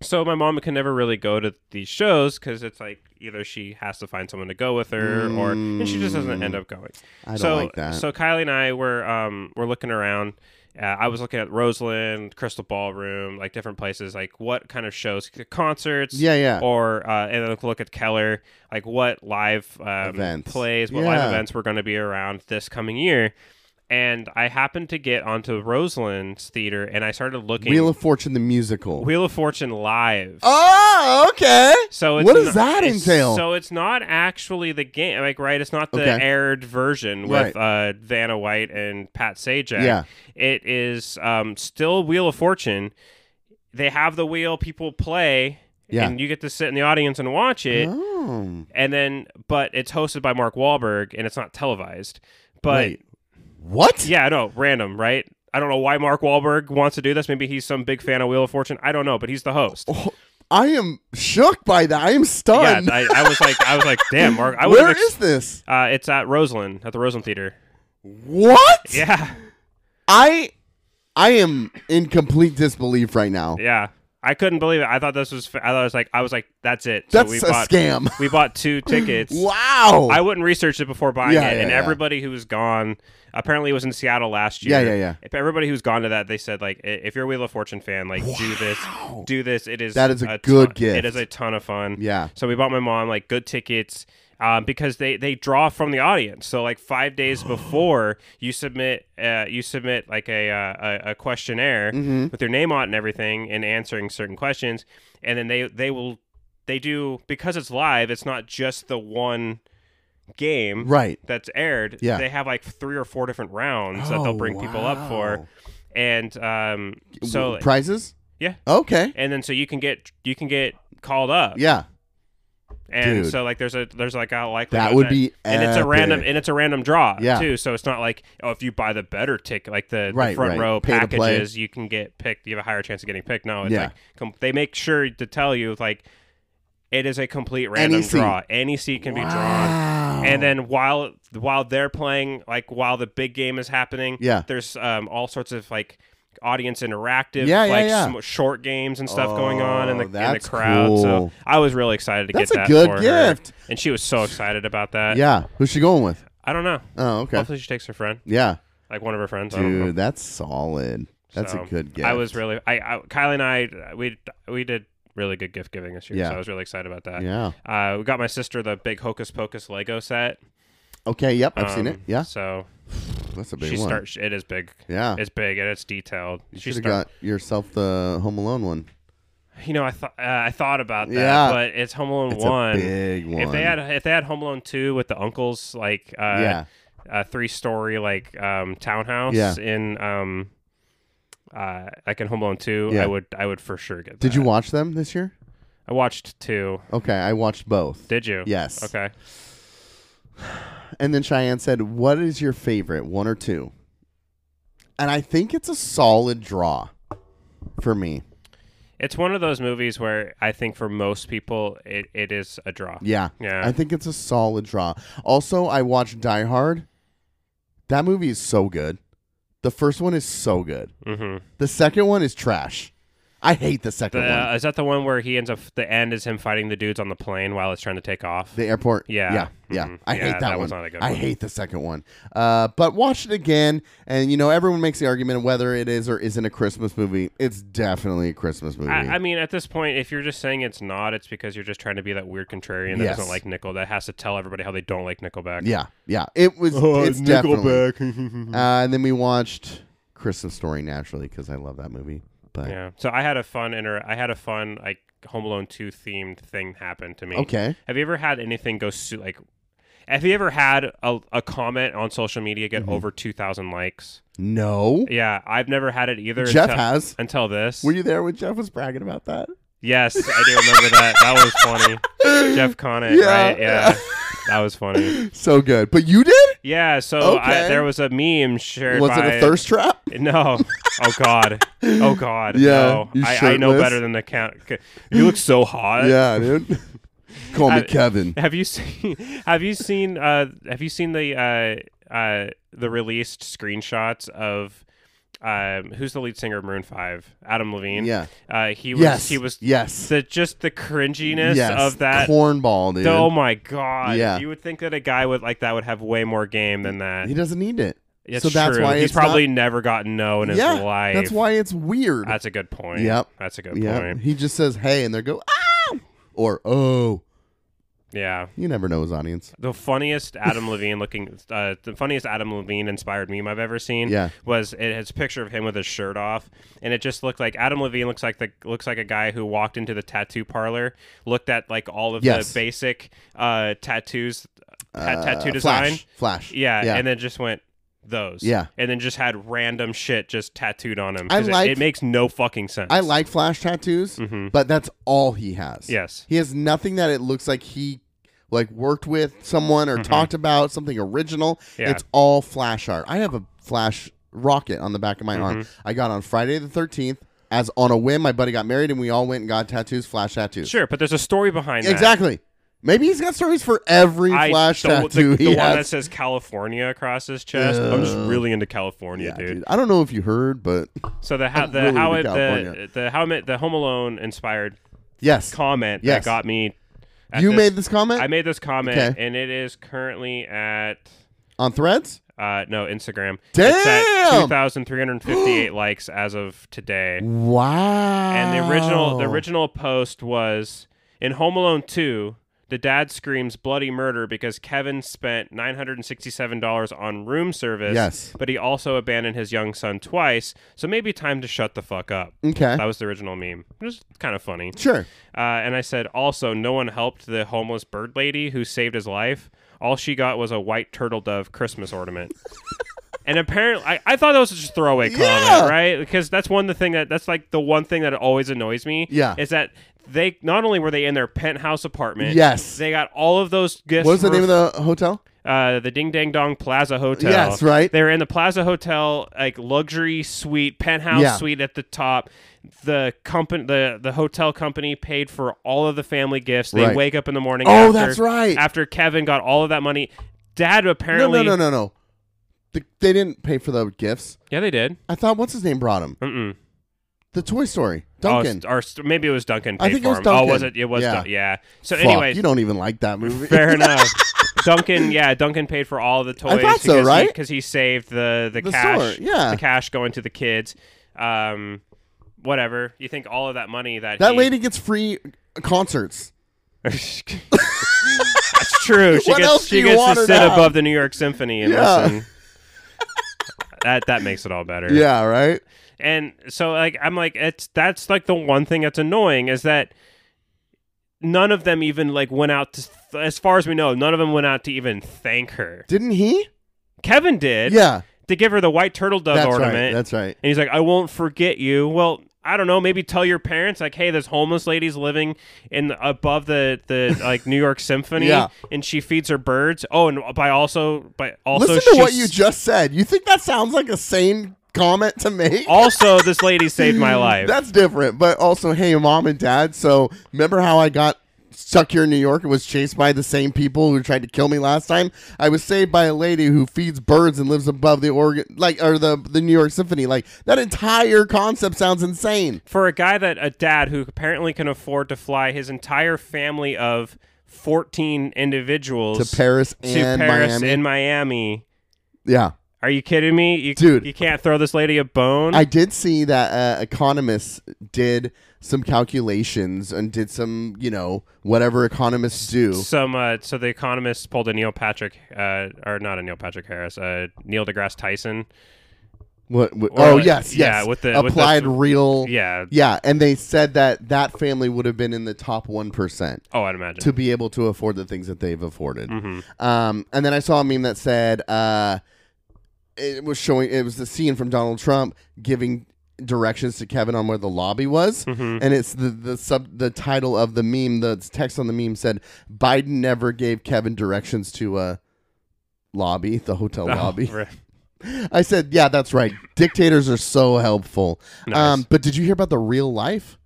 so my mom can never really go to these shows because it's like either she has to find someone to go with her, or and she just doesn't end up going. I don't so, like that. So Kylie and I were um, were looking around. Uh, I was looking at Roseland, Crystal Ballroom, like different places, like what kind of shows, concerts, yeah, yeah. or uh, and then look at Keller, like what live um, Events. plays, what Yeah. live events were going to be around this coming year. And I happened to get onto Roseland's theater, and I started looking Wheel of Fortune, the musical. Wheel of Fortune live. oh, okay. So it's What does not- that it's- entail? So it's not actually the game, like right? It's not the Okay. aired version with uh, Vanna White and Pat Sajak. Yeah. it is um, still Wheel of Fortune. They have the wheel, people play, Yeah. and you get to sit in the audience and watch it. Oh. And then, but it's hosted by Mark Wahlberg, and it's not televised. But Wait. What? yeah, I know, random, right? I don't know why Mark Wahlberg wants to do this. Maybe he's some big fan of Wheel of Fortune. I don't know, but he's the host. Oh, I am shook by that. I am Yeah, stunned. I, I was like, I was like, damn, Mark. <laughs> I Where was. is this? Uh, it's at Roseland at the <laughs> Roseland Theater. What? Yeah, I I am in complete disbelief right now. yeah. I couldn't believe it. I thought this was. fa- I thought it was like I was like, that's it. That's so we a bought, scam. We bought <laughs> two tickets. Wow. I wouldn't research it before buying Yeah, it, yeah, and yeah. everybody who was gone apparently it was in Seattle last year. Yeah, yeah, yeah. If everybody who's gone to that, they said like, i- if you're a Wheel of Fortune fan, like do this, Wow. do this. It is That is a good ton- gift. It is a ton of fun. <laughs> yeah. So we bought my mom like good tickets um, because they they draw from the audience. So like <gasps> five days before you submit uh, you submit like a uh, a, a questionnaire Mhm. with your name on it and everything and answering certain questions, and then they they will they do because it's live. It's not just the one game Right. that's aired. Yeah. they have like three or four different rounds that they'll Oh, bring people up for, wow. and um, so W- prizes? Yeah. Okay. and then so you can get you can get called up Yeah. and Dude. so like there's a there's like a likelihood That would be and it's a random epic. and it's a random draw Yeah. too so it's not like oh if you buy the better ticket like the, the Right, front right. row Pay to play. packages you can get picked you have a higher chance of getting picked no it's Yeah. like com- they make sure to tell you like it is a complete random seat. draw any seat can be drawn Wow. and then while while they're playing like while the big game is happening Yeah. there's um all sorts of like audience interactive Yeah, yeah, like yeah. sm- short games and stuff going on in the, Oh, in the that's crowd cool. so i was really excited to That's get a that good for her. gift. and she was so excited about that Yeah. Who's she going with? i don't know Oh, okay. hopefully she takes her friend Yeah. like one of her friends I don't know. Dude, that's solid. That's So, a good gift. i was really I, I kylie and i we we did really good gift giving this year Yeah. so i was really excited about that Yeah. uh, we got my sister the big hocus pocus lego set Okay, yep, I've seen Um, it. Yeah. so That's a big she one. starts it is big yeah. it's big and it's detailed You she should have start, got yourself the Home Alone one. you know i thought uh, i thought about that Yeah. but it's home alone It's one a big one. If they had if they had Home Alone two with the uncles like uh, yeah, a three story like um, townhouse Yeah. in um uh like in Home Alone two Yeah. I would I would for sure get. did that. you watch them this year? I watched two. Okay, I watched both. Did you? Yes. Okay. And then Cheyenne said, "What is your favorite, one or two? and I think it's a solid draw for me. It's one of those movies where I think for most people it, it is a draw. Yeah. Yeah. I think it's a solid draw. Also, I watched Die Hard. That movie is so good. The first one is so good. Mm-hmm. The second one is trash. I hate the second one. The, is that the one where he ends up? The end is him fighting the dudes on the plane while it's trying to take off. The airport. Yeah. Yeah. Yeah. Mhm. I Yeah, hate that, that one. was not a good I one. hate the second one. Uh, but watch it again. And, you know, everyone makes the argument of whether it is or isn't a Christmas movie. It's definitely a Christmas movie. I, I mean, at this point, if you're just saying it's not, it's because you're just trying to be that weird contrarian that Yes. doesn't like Nickel that has to tell everybody how they don't like Nickelback. yeah. Yeah. It was. it's definitely. Uh, and then we watched Christmas Story naturally because I love that movie. But Yeah. So I had a fun inter. I had a fun like Home Alone two themed thing happen to me. okay. Have you ever had anything go su- like? Have you ever had a, a comment on social media Mm-hmm. get over two thousand likes? No. Yeah, I've never had it either. Jeff until, <laughs> has. until this. Were you there when Jeff was bragging about that? Yes, I do remember that. That was funny. Jeff Conant, Yeah, right? Yeah. yeah. That was funny. <laughs> So good. But you did? Yeah, so I, Okay. there was a meme shared was by it a thirst trap? <laughs> No. Oh god. <laughs> Oh god. Yeah, No. you I, I know shirtless? better than the count. You look so hot. yeah, <laughs> dude. Call Uh, I- me Kevin. Have you seen <laughs> Have you seen uh have you seen the uh uh the released screenshots of um who's the lead singer of Maroon 5? Adam Levine. Yeah. Uh he was Yes. he was Yes. the just the cringiness yes. of that cornball, dude. Oh my god! Yeah. you would think that a guy with like that would have way more game than that. He doesn't need it. It's so that's true. why he's it's probably never gotten no in his yeah. life. That's why it's weird. That's a good point. Yep. that's a good yeah. point. He just says hey and they go ah or oh. Yeah, You never know his audience. the funniest Adam Levine looking, uh, the funniest Adam Levine inspired meme I've ever seen. Yeah. was it has a picture of him with his shirt off, and it just looked like Adam Levine looks like the looks like a guy who walked into the tattoo parlor, looked at like all of Yes. the basic uh, tattoos, ta- Uh, tattoo design. Flash. Flash. Yeah, Yeah. and then just went those. Yeah. and then just had random shit just tattooed on him. I 'cause it- like- it, makes no fucking sense. I like flash tattoos, Mhm. <laughs> but that's all he has. Yes. He has nothing that it looks like he like worked with someone or talked about something original. Mm-hmm. Yeah. It's all flash art. I have a flash rocket on the back of my arm. Mm-hmm. I got on Friday the 13th as on a whim my buddy got married and we all went and got tattoos, flash tattoos. Sure, but there's a story behind that. Exactly. Maybe he's got stories for every I, flash the, tattoo the, the he one that has. says California across his chest. I'm just really into California, Yeah, dude. dude. I don't know if you heard, but So the how I'm the really how it, into the, California. the how it, the Home Alone inspired yes, comment that Yes. got me. at you this- made this comment I made this comment, Okay. and it is currently at on Threads. Uh, no, Instagram. It's at Damn! 2,358 <gasps> likes as of today. Wow. And the original, Oh. the original post was in Home Alone 2. The dad screams bloody murder because Kevin spent $967 on room service. Yes. But he also abandoned his young son twice. So maybe time to shut the fuck up. Okay. That was the original meme. It was kind of funny. Sure. Uh, and I said, also, no one helped the homeless bird lady who saved his life. All she got was a white turtle dove <laughs> Christmas ornament. and apparently, I, I thought that was just a throwaway comment, Yeah. right? Because that's one of the thing that that's like the one thing that always annoys me. Yeah. is that they not only were they in their penthouse apartment. Yes. they got all of those gifts. What was the for- name of the hotel? uh, the Ding Dang Dong Plaza Hotel. Yes, right. They're in the Plaza Hotel, like luxury suite, penthouse Yeah. suite at the top. The company, the the hotel company, paid for all of the family gifts. They Right. wake up in the morning. Oh, after- that's right. After Kevin got all of that money, Dad apparently. No, no, no, no, no. The, they didn't pay for the gifts. Yeah, they did. I thought what's his name brought him Mm-mm. the Toy Story Oh, Duncan. s- or s- maybe it was Duncan. Paid I think for it was him. Duncan. Oh, was it? It was. Yeah. Dun- yeah. So, Fuck, anyways, you don't even like that movie. <laughs> Fair enough. Duncan, yeah, Duncan paid for all the toys. thought so, because he- right? Because he, saved the the, The cash, store, yeah. the cash going to the kids. Um, whatever. You think all of that money that that he- lady gets free concerts. <laughs> That's <laughs> true. She What gets else do she you gets to want her sit to have? above the New York Symphony and Yeah. <laughs> listen. That that makes it all better. Yeah, right. And so like I'm like it's that's like the one thing that's annoying is that none of them even like went out to as far as we know none of them went out to even thank her. Didn't he? Kevin did. yeah, To give her the white turtle dove that's ornament. right. That's right. and he's like, I won't forget you. Well, I don't know. Maybe tell your parents, like, hey, this homeless lady's living in above the, <laughs> the like New York Symphony, Yeah. and she feeds her birds. Oh, and by also by also Listen to she what you s- just said. You think that sounds like a sane comment to make. <laughs> Also, this lady <laughs> saved my life. That's different. But also, hey, mom and dad. So remember how I got stuck here in New York and was chased by the same people who tried to kill me last time? I was saved by a lady who feeds birds and lives above the Oregon, like or the the New York Symphony. Like that entire concept sounds insane. For a guy that a dad who apparently can afford to fly his entire family of 14 individuals To Paris and to Paris Miami. and Miami. yeah. Are you kidding me? You, Dude. you can't throw this lady a bone? I did see that uh, economists did some calculations and did some, you know, whatever economists do. some uh, so the economist pulled a Neil Patrick uh, or not a Neil Patrick Harris, uh, Neil deGrasse Tyson. What? what Or, oh like, yes, yeah, yes. with the- with the- applied real. Yeah. yeah, and they said that that family would have been in the top one percent Oh, I'd imagine. to be able to afford the things that they've afforded. Um, and then I saw a meme that said uh, it was showing it was the scene from Donald Trump giving directions to Kevin on where the lobby was, and it's the the sub the title of the meme. The text on the meme said Biden never gave Kevin directions to a lobby, the hotel <laughs> Oh, lobby. right. I said, yeah, that's right. Dictators are so helpful. Um, Nice. but did you hear about the real life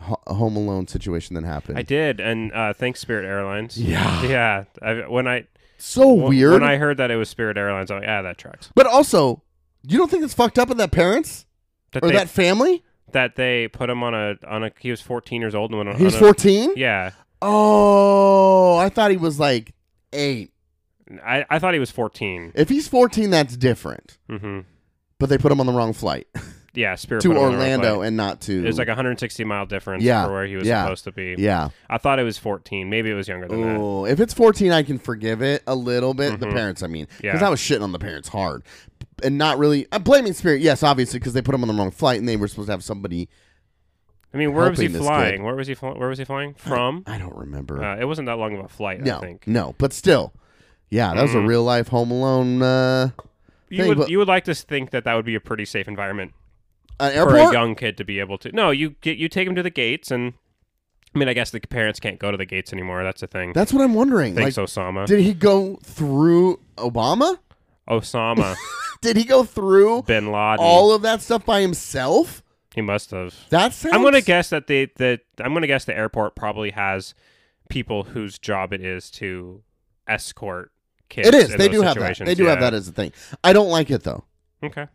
ho- Home Alone situation that happened? I did, and uh, thanks Spirit Airlines. Yeah. yeah. I, when I so w- weird. when I heard that it was Spirit Airlines, I was like, ah, that tracks. But also, you don't think it's fucked up in that parents That or they, that family? that they put him on a on a he was 14 years old and went on, He's on a, 14? yeah Oh, I thought he was like eight. I, I thought he was 14 If he's 14, that's different. hmm But they put him on the wrong flight yeah spirit to put him on the wrong Orlando flight. and not to. it was like a 160 mile difference Yeah, for where he was yeah, supposed to be yeah. i thought it was 14 maybe it was younger than that Oh, if it's 14, I can forgive it a little bit. The Mhm. parents, I mean, because Yeah. I was shitting on the parents hard and not really. I'm blaming Spirit, yes, obviously, because they put him on the wrong flight and they were supposed to have somebody. i mean where was he Helping this kid. flying where was he flying where was he flying <clears throat> from I don't remember. uh, it wasn't that long of a flight no, i think Mm. no, but still, yeah, that was a real life Home Alone. Uh, you Thing, would but- you would like to think that that would be a pretty safe environment an for uh, airport. a young kid to be able to no you get you take him to the gates and i mean i guess the parents can't go to the gates anymore that's a thing That's what I'm wondering. thanks like, osama did he go through Obama? <laughs> osama Did he go through bin laden all of that stuff by himself? he must have That sounds. I'm gonna guess that the the I'm gonna guess the airport probably has people whose job it is to escort kids. It is. in They those do have that. situations. They do have Yeah. that as a thing. I don't like it though. Okay,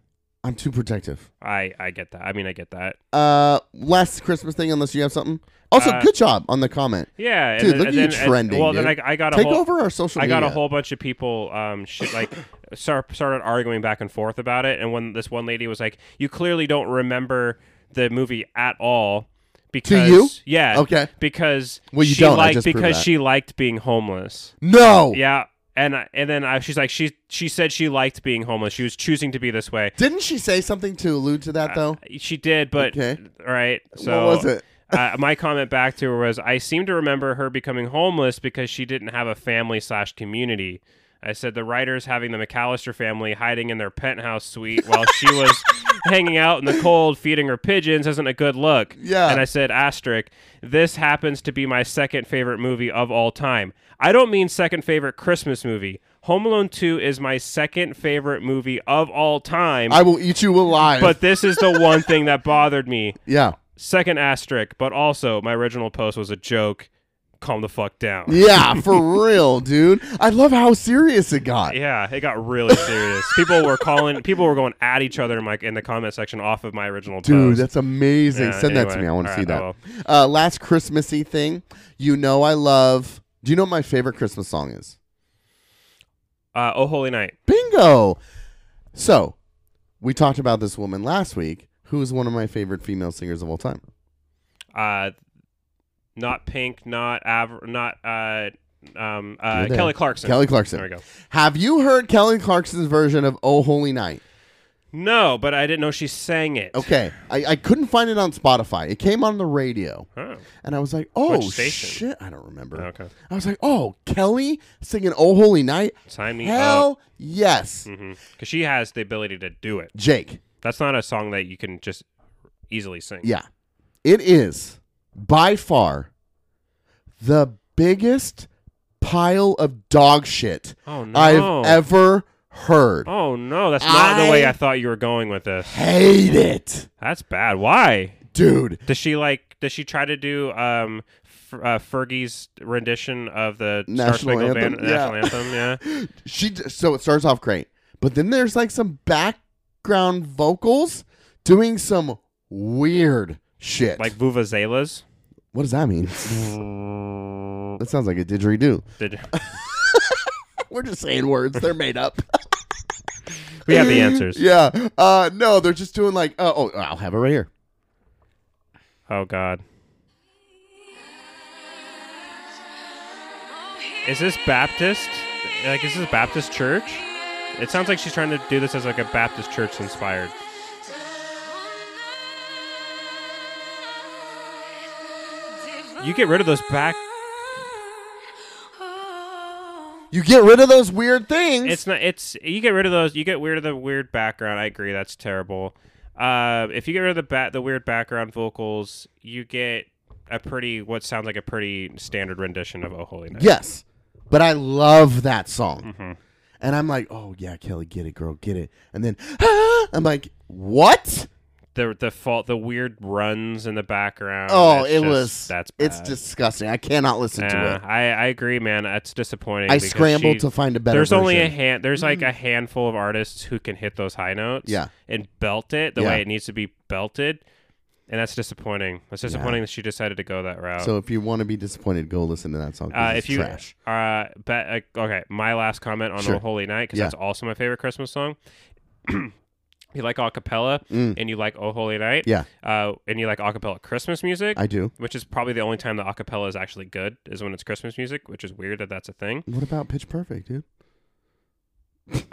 I'm too protective. I I get that. I mean, I get that. Uh, last Christmas thing, unless you have something. Also, Uh, good job on the comment. Yeah, Dude, look and at then, and you then, trending, And, well, then dude. I, I got a Take whole over our social. I media. got a whole bunch of people um <laughs> shit like start, started arguing back and forth about it, and when this one lady was like, "You clearly don't remember the movie at all." Because, you? Yeah. Okay. Because Well, you she don't. I liked just proved because that. she liked being homeless. No, Yeah, and I- and then I, she's like she she said she liked being homeless. She was choosing to be this way. didn't she say something to allude to Uh, that though? She did, but Okay. all right. So what was it? uh, my comment back to her was, I seem to remember her becoming homeless because she didn't have a family slash community. I said the writers having the McAllister family hiding in their penthouse suite while <laughs> she was hanging out in the cold feeding her pigeons isn't a good look. Yeah. And I said, asterisk, this happens to be my second favorite movie of all time. I don't mean second favorite Christmas movie. Home Alone 2 is my second favorite movie of all time. I will eat you alive. but this is the one thing that bothered me yeah, second asterisk, but also my original post was a joke. Calm the fuck down. Yeah, yeah, for real, dude. I love how serious it got. it got really serious. people were calling, people were going at each other in my in the comment section off of my original Dude, post. that's amazing. Yeah, Send that to anyway. me. I want to All see right, I that. Uh, last Christmassy thing. You know, I love. Do you know what my favorite Christmas song is? uh, oh holy night. Bingo. So, we talked about this woman last week who is one of my favorite female singers of all time. Uh, not pink, not Av- not uh, um, uh, You're there. Kelly Clarkson. Kelly Clarkson. There we go. Have you heard Kelly Clarkson's version of Oh Holy Night? No, but I didn't know she sang it. Okay. I, I couldn't find it on Spotify. It came on the radio. Oh, And I was like, oh, Which station? shit. I don't remember. okay. I was like, oh, Kelly singing Oh Holy Night? Sign me uh, Hmm. up. Hell yes. Because she has the ability to do it. Jake. That's not a song that you can just easily sing. Yeah. It is by far the biggest pile of dog shit Oh no. I've ever heard. Oh no, that's not the way I- I thought you were going with this. Hate it, That's bad. Why? dude. Does she like? Does she try to do um, F- uh, Fergie's rendition of the Star National Spangled anthem, Banner- yeah. national anthem? Yeah. <laughs> She d- so it starts off great, but then there's like some background vocals doing some weird shit. like vuvuzelas. what does that <laughs> mean? that sounds like a didgeridoo. <laughs> Did We're just saying words; they're made up. <laughs> we have the answers? yeah. Uh, no, they're just doing like, uh, oh, I'll have it right here. Oh God. Is this Baptist? Like, is this Baptist church? It sounds like she's trying to do this as like a Baptist church inspired. You get rid of those back. You get rid of those weird things. It's not. It's you get rid of those. You get rid of the weird background. I agree. That's terrible. Uh, if you get rid of the ba- the weird background vocals, you get a pretty what sounds like a pretty standard rendition of "Oh Holy Night." yes, but I love that song, Mm-hmm. and I'm like, oh yeah, Kelly, get it, girl, get it. And then <gasps> ah, I'm like, what? the the fault the weird runs in the background. Oh, it's it just- was. that's it's bad. disgusting. I cannot listen to Yeah, it. I I agree, man. That's disappointing. I because scrambled she- to find a better. There's only a version. hand. There's like a handful of artists who can hit those high notes. Yeah. and belt it the Yeah. way it needs to be belted, and that's disappointing. That's disappointing that she decided to go that route. So if you want to be disappointed, go listen to that song. 'cause Uh, it's if you trash. uh, bet, uh, okay, my last comment on Sure. "O Holy Night" because Yeah. that's also my favorite Christmas song. <clears throat> you like a cappella Mm. and you like "O Holy Night," Yeah. uh, and you like a cappella Christmas music, I do. which is probably the only time the acapella is actually good is when it's Christmas music, which is weird that that's a thing. What about Pitch Perfect, dude?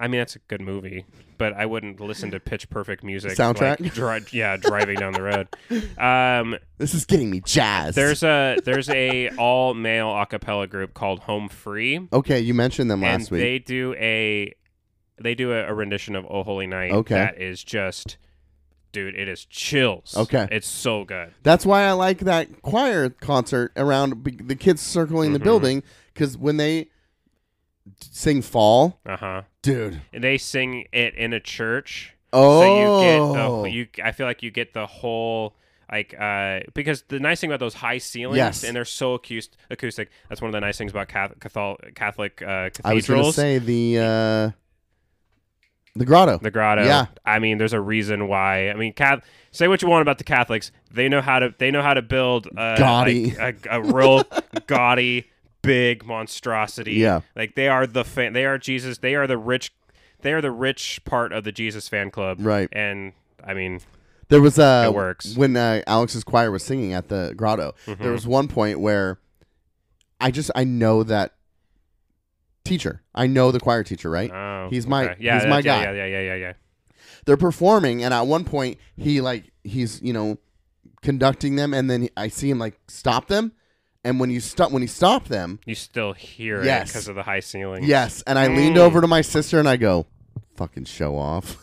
I mean, that's a good movie, but I wouldn't listen to pitch perfect music Soundtrack? like, dri- yeah, driving down <laughs> the road. Um, This is getting me jazzed. there's a there's a all male acapella group called Home Free, okay. You mentioned them and last week. they do a they do a, a rendition of "Oh Holy Night." Okay. that is just, dude, it is chills. Okay. it's so good. That's why I like that choir concert around be- the kids circling the Mhm. building because when they d- sing "Fall," Uh huh. dude. They sing it in a church. Oh, So you get the you. I feel like you get the whole like uh because the nice thing about those high ceilings Yes. and they're so acoustic. Acoustic. That's one of the nice things about Catholic Catholic, Catholic uh, I was gonna cathedrals. say the uh, the grotto. the grotto. Yeah. I mean, there's a reason why. I mean, Cath- say what you want about the Catholics. They know how to. They know how to build uh, Gaudy. like, a, a real <laughs> gaudy, big monstrosity. Yeah. Like they are the fan. They are Jesus. They are the rich. They are the rich part of the Jesus fan club. Right. And I mean, There was uh, It works. Mm-hmm. when uh, Alex's choir was singing at the grotto. There was one point where I just I know that teacher. I know the choir teacher, right? Oh, He's my- yeah, he's my that's- yeah, guy. Yeah, yeah, yeah, yeah, They're performing, and at one point he like he's you know conducting them, and then I see him like stop them, and when you stop when he stopped them, You still hear it Yes. because of the high ceiling. yes, and I leaned Mm. over to my sister and I go, "Fucking show off."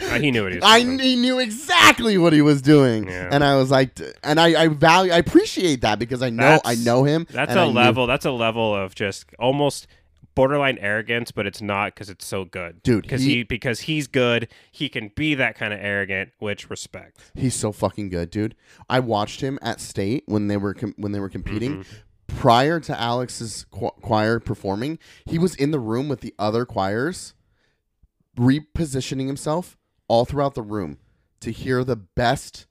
Uh, he knew what he was. I doing. he knew exactly what he was doing, Yeah. and I was like, d- and I, I value, I appreciate that because I know, I That's- know him. That's and a I knew- level. That's a level of just almost borderline arrogance, but it's not because it's so good, Dude, Because he- he, because he's good, he can be that kind of arrogant, which respect. He's so fucking good, dude. I watched him at state when they were com- when they were competing. Mm-hmm. Prior to Alex's qu- choir performing, he was in the room with the other choirs, repositioning himself all throughout the room to hear the best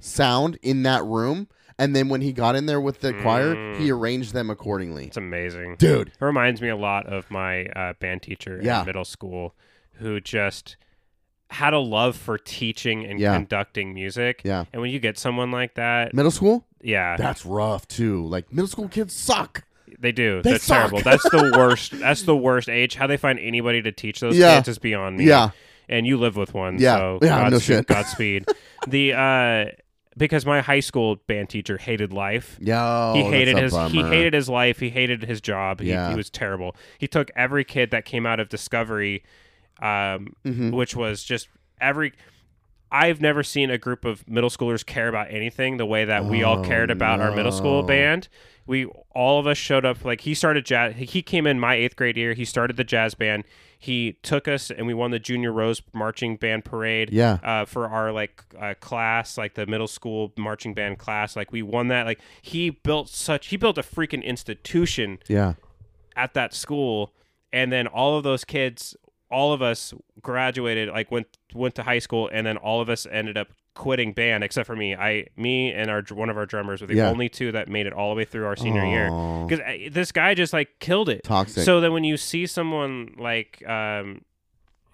sound in that room. And then when he got in there with the choir, Mm. he arranged them accordingly. It's amazing. Dude, It reminds me a lot of my uh, band teacher Yeah. in middle school, who just had a love for teaching and Yeah. conducting music. Yeah. And when you get someone like that, middle school? yeah, That's rough too. Like middle school kids suck. They do. They That's suck. terrible. That's the worst. That's the worst age. How they find anybody to teach those Yeah. kids is beyond me. Yeah. And you live with one. Yeah. So Yeah, no Godspeed- shit. Godspeed. the uh, because my high school band teacher hated life. Yo, He hated his Oh, that's a he bummer. hated his life. He hated his job. He, Yeah. he was terrible. He took every kid that came out of Discovery, um, <laughs> Mhm. which was just every. I've never seen a group of middle schoolers care about anything the way that we all Oh, cared about our middle school no. band. We all of us showed up. Like he started jazz. He came in my eighth grade year. He started the jazz band. He took us and we won the junior rose marching band parade Yeah. uh, for our like uh, class, like the middle school marching band class. Like we won that. Like he built such he built a freaking institution Yeah. at that school, and then all of those kids, all of us graduated, like went went to high school, and then all of us ended up quitting band except for me. I me and our one of our drummers were the Yeah. only two that made it all the way through our senior year Aw. because this guy just like killed it. Toxic. So then when you see someone like um,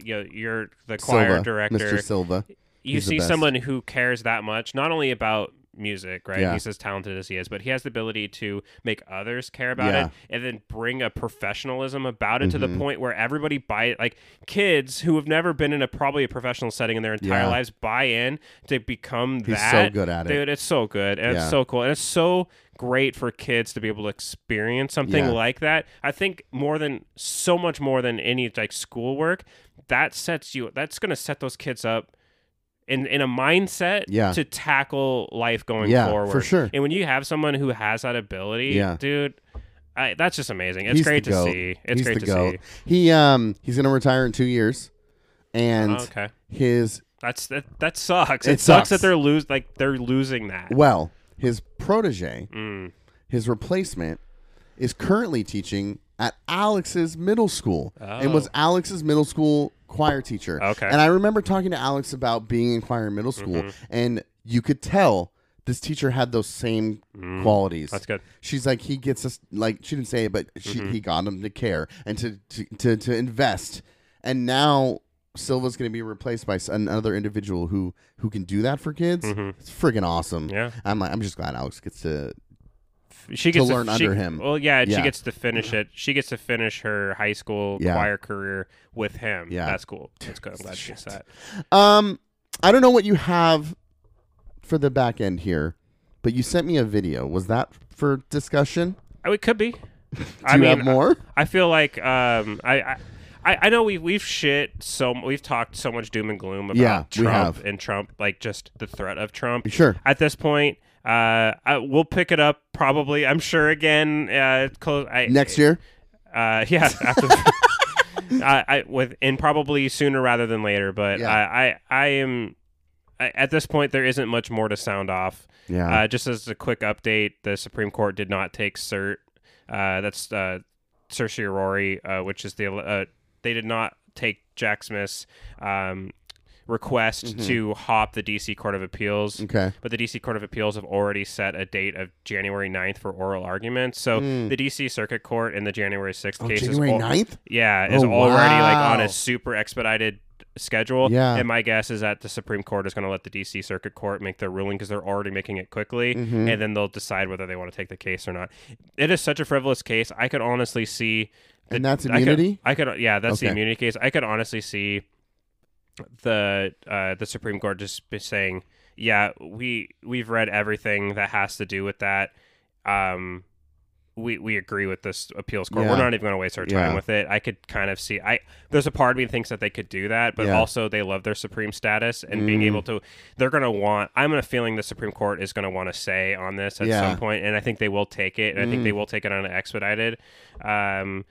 you know, you're the choir Silva, director Mr. Silva. you He's the see best. someone who cares that much, not only about music, right? Yeah. He's as talented as he is, but he has the ability to make others care about Yeah. it and then bring a professionalism about it to Mhm. the point where everybody buy it. Like kids who have never been in a probably a professional setting in their entire Yeah. lives buy in to become He's that. so good at it. Dude, it's so good and Yeah. it's so cool and it's so great for kids to be able to experience something Yeah. like that. I think more than so much more than any like schoolwork, that sets you. That's gonna set those kids up in in a mindset Yeah. to tackle life going Yeah, for forward sure. And when you have someone who has that ability, Yeah. dude, I, that's just amazing. It's He's great the to goat. see. It's he's great the to goat. see. He um he's gonna retire in two years, and Oh, okay. his That's that, that sucks. It, It sucks. that sucks. they're lose like they're losing that. well his protege, Mm. his replacement, is currently teaching at Alex's middle school and was Alex's middle school choir teacher. Oh. Okay. Mm-hmm. and I remember talking to Alex about being in choir in middle school, and you could tell this teacher had those same qualities. Mm, That's good. Mm-hmm. She's like he gets us like she didn't say it, but she he got him to care and to to to, to invest, and now Silva's going to be replaced by s- another individual who who can do that for kids. It's freaking awesome. Mm-hmm. Yeah. I'm like I'm just glad Alex gets to she gets learn she- under him. Well, yeah, Yeah. she gets to finish it. She gets to finish her high school Yeah. choir career with him. Yeah. that's cool. That's good. I'm glad she gets that. um I don't know what you have for the back end here, but you sent me a video. Was that for discussion? Oh, it could be. <laughs> Do I you mean, uh, have more? I feel like um, I. I I, I know we've we've shit so we've talked so much doom and gloom about Yeah, we Trump have. and Trump like just the threat of Trump. sure. At this point, uh, I, we'll pick it up probably. I'm sure again. Uh, close. I, Next year? Uh, <laughs> yeah, after I, I with and probably sooner rather than later. But Yeah. I, I, I am I, at this point there isn't much more to sound off. Yeah. Uh, just as a quick update, the Supreme Court did not take cert. Uh, that's uh, certiorari, uh, which is the uh, they did not take Jack Smith's um, request Mm-hmm. to hop the DC Court of Appeals okay. but the DC Court of Appeals have already set a date of January 9th for oral arguments. So the DC Circuit Court in the January 6th Hmm. Oh, case January is al- 9th? yeah, is Oh, already like on wow. a super expedited schedule. Yeah. And my guess is that the Supreme Court is going to let the DC Circuit Court make their ruling because they're already making it quickly, Mm-hmm. and then they'll decide whether they want to take the case or not. It is such a frivolous case. I could honestly see. the- And that's I could- immunity? I could, yeah, that's the Okay. immunity case. I could honestly see the uh, the Supreme Court just be saying, yeah, we we've read everything that has to do with that. Um, we we agree with this appeals court. Yeah. We're not even going to waste our time Yeah. with it. I could kind of see. I there's a part of me that thinks that they could do that, but Yeah. also they love their supreme status and being Mm. able to. They're going to want. I'm in a feeling the Supreme Court is going to want to say on this at Yeah. Mm. some point, and I think they will take it. And I think they will take it on an expedited. Um,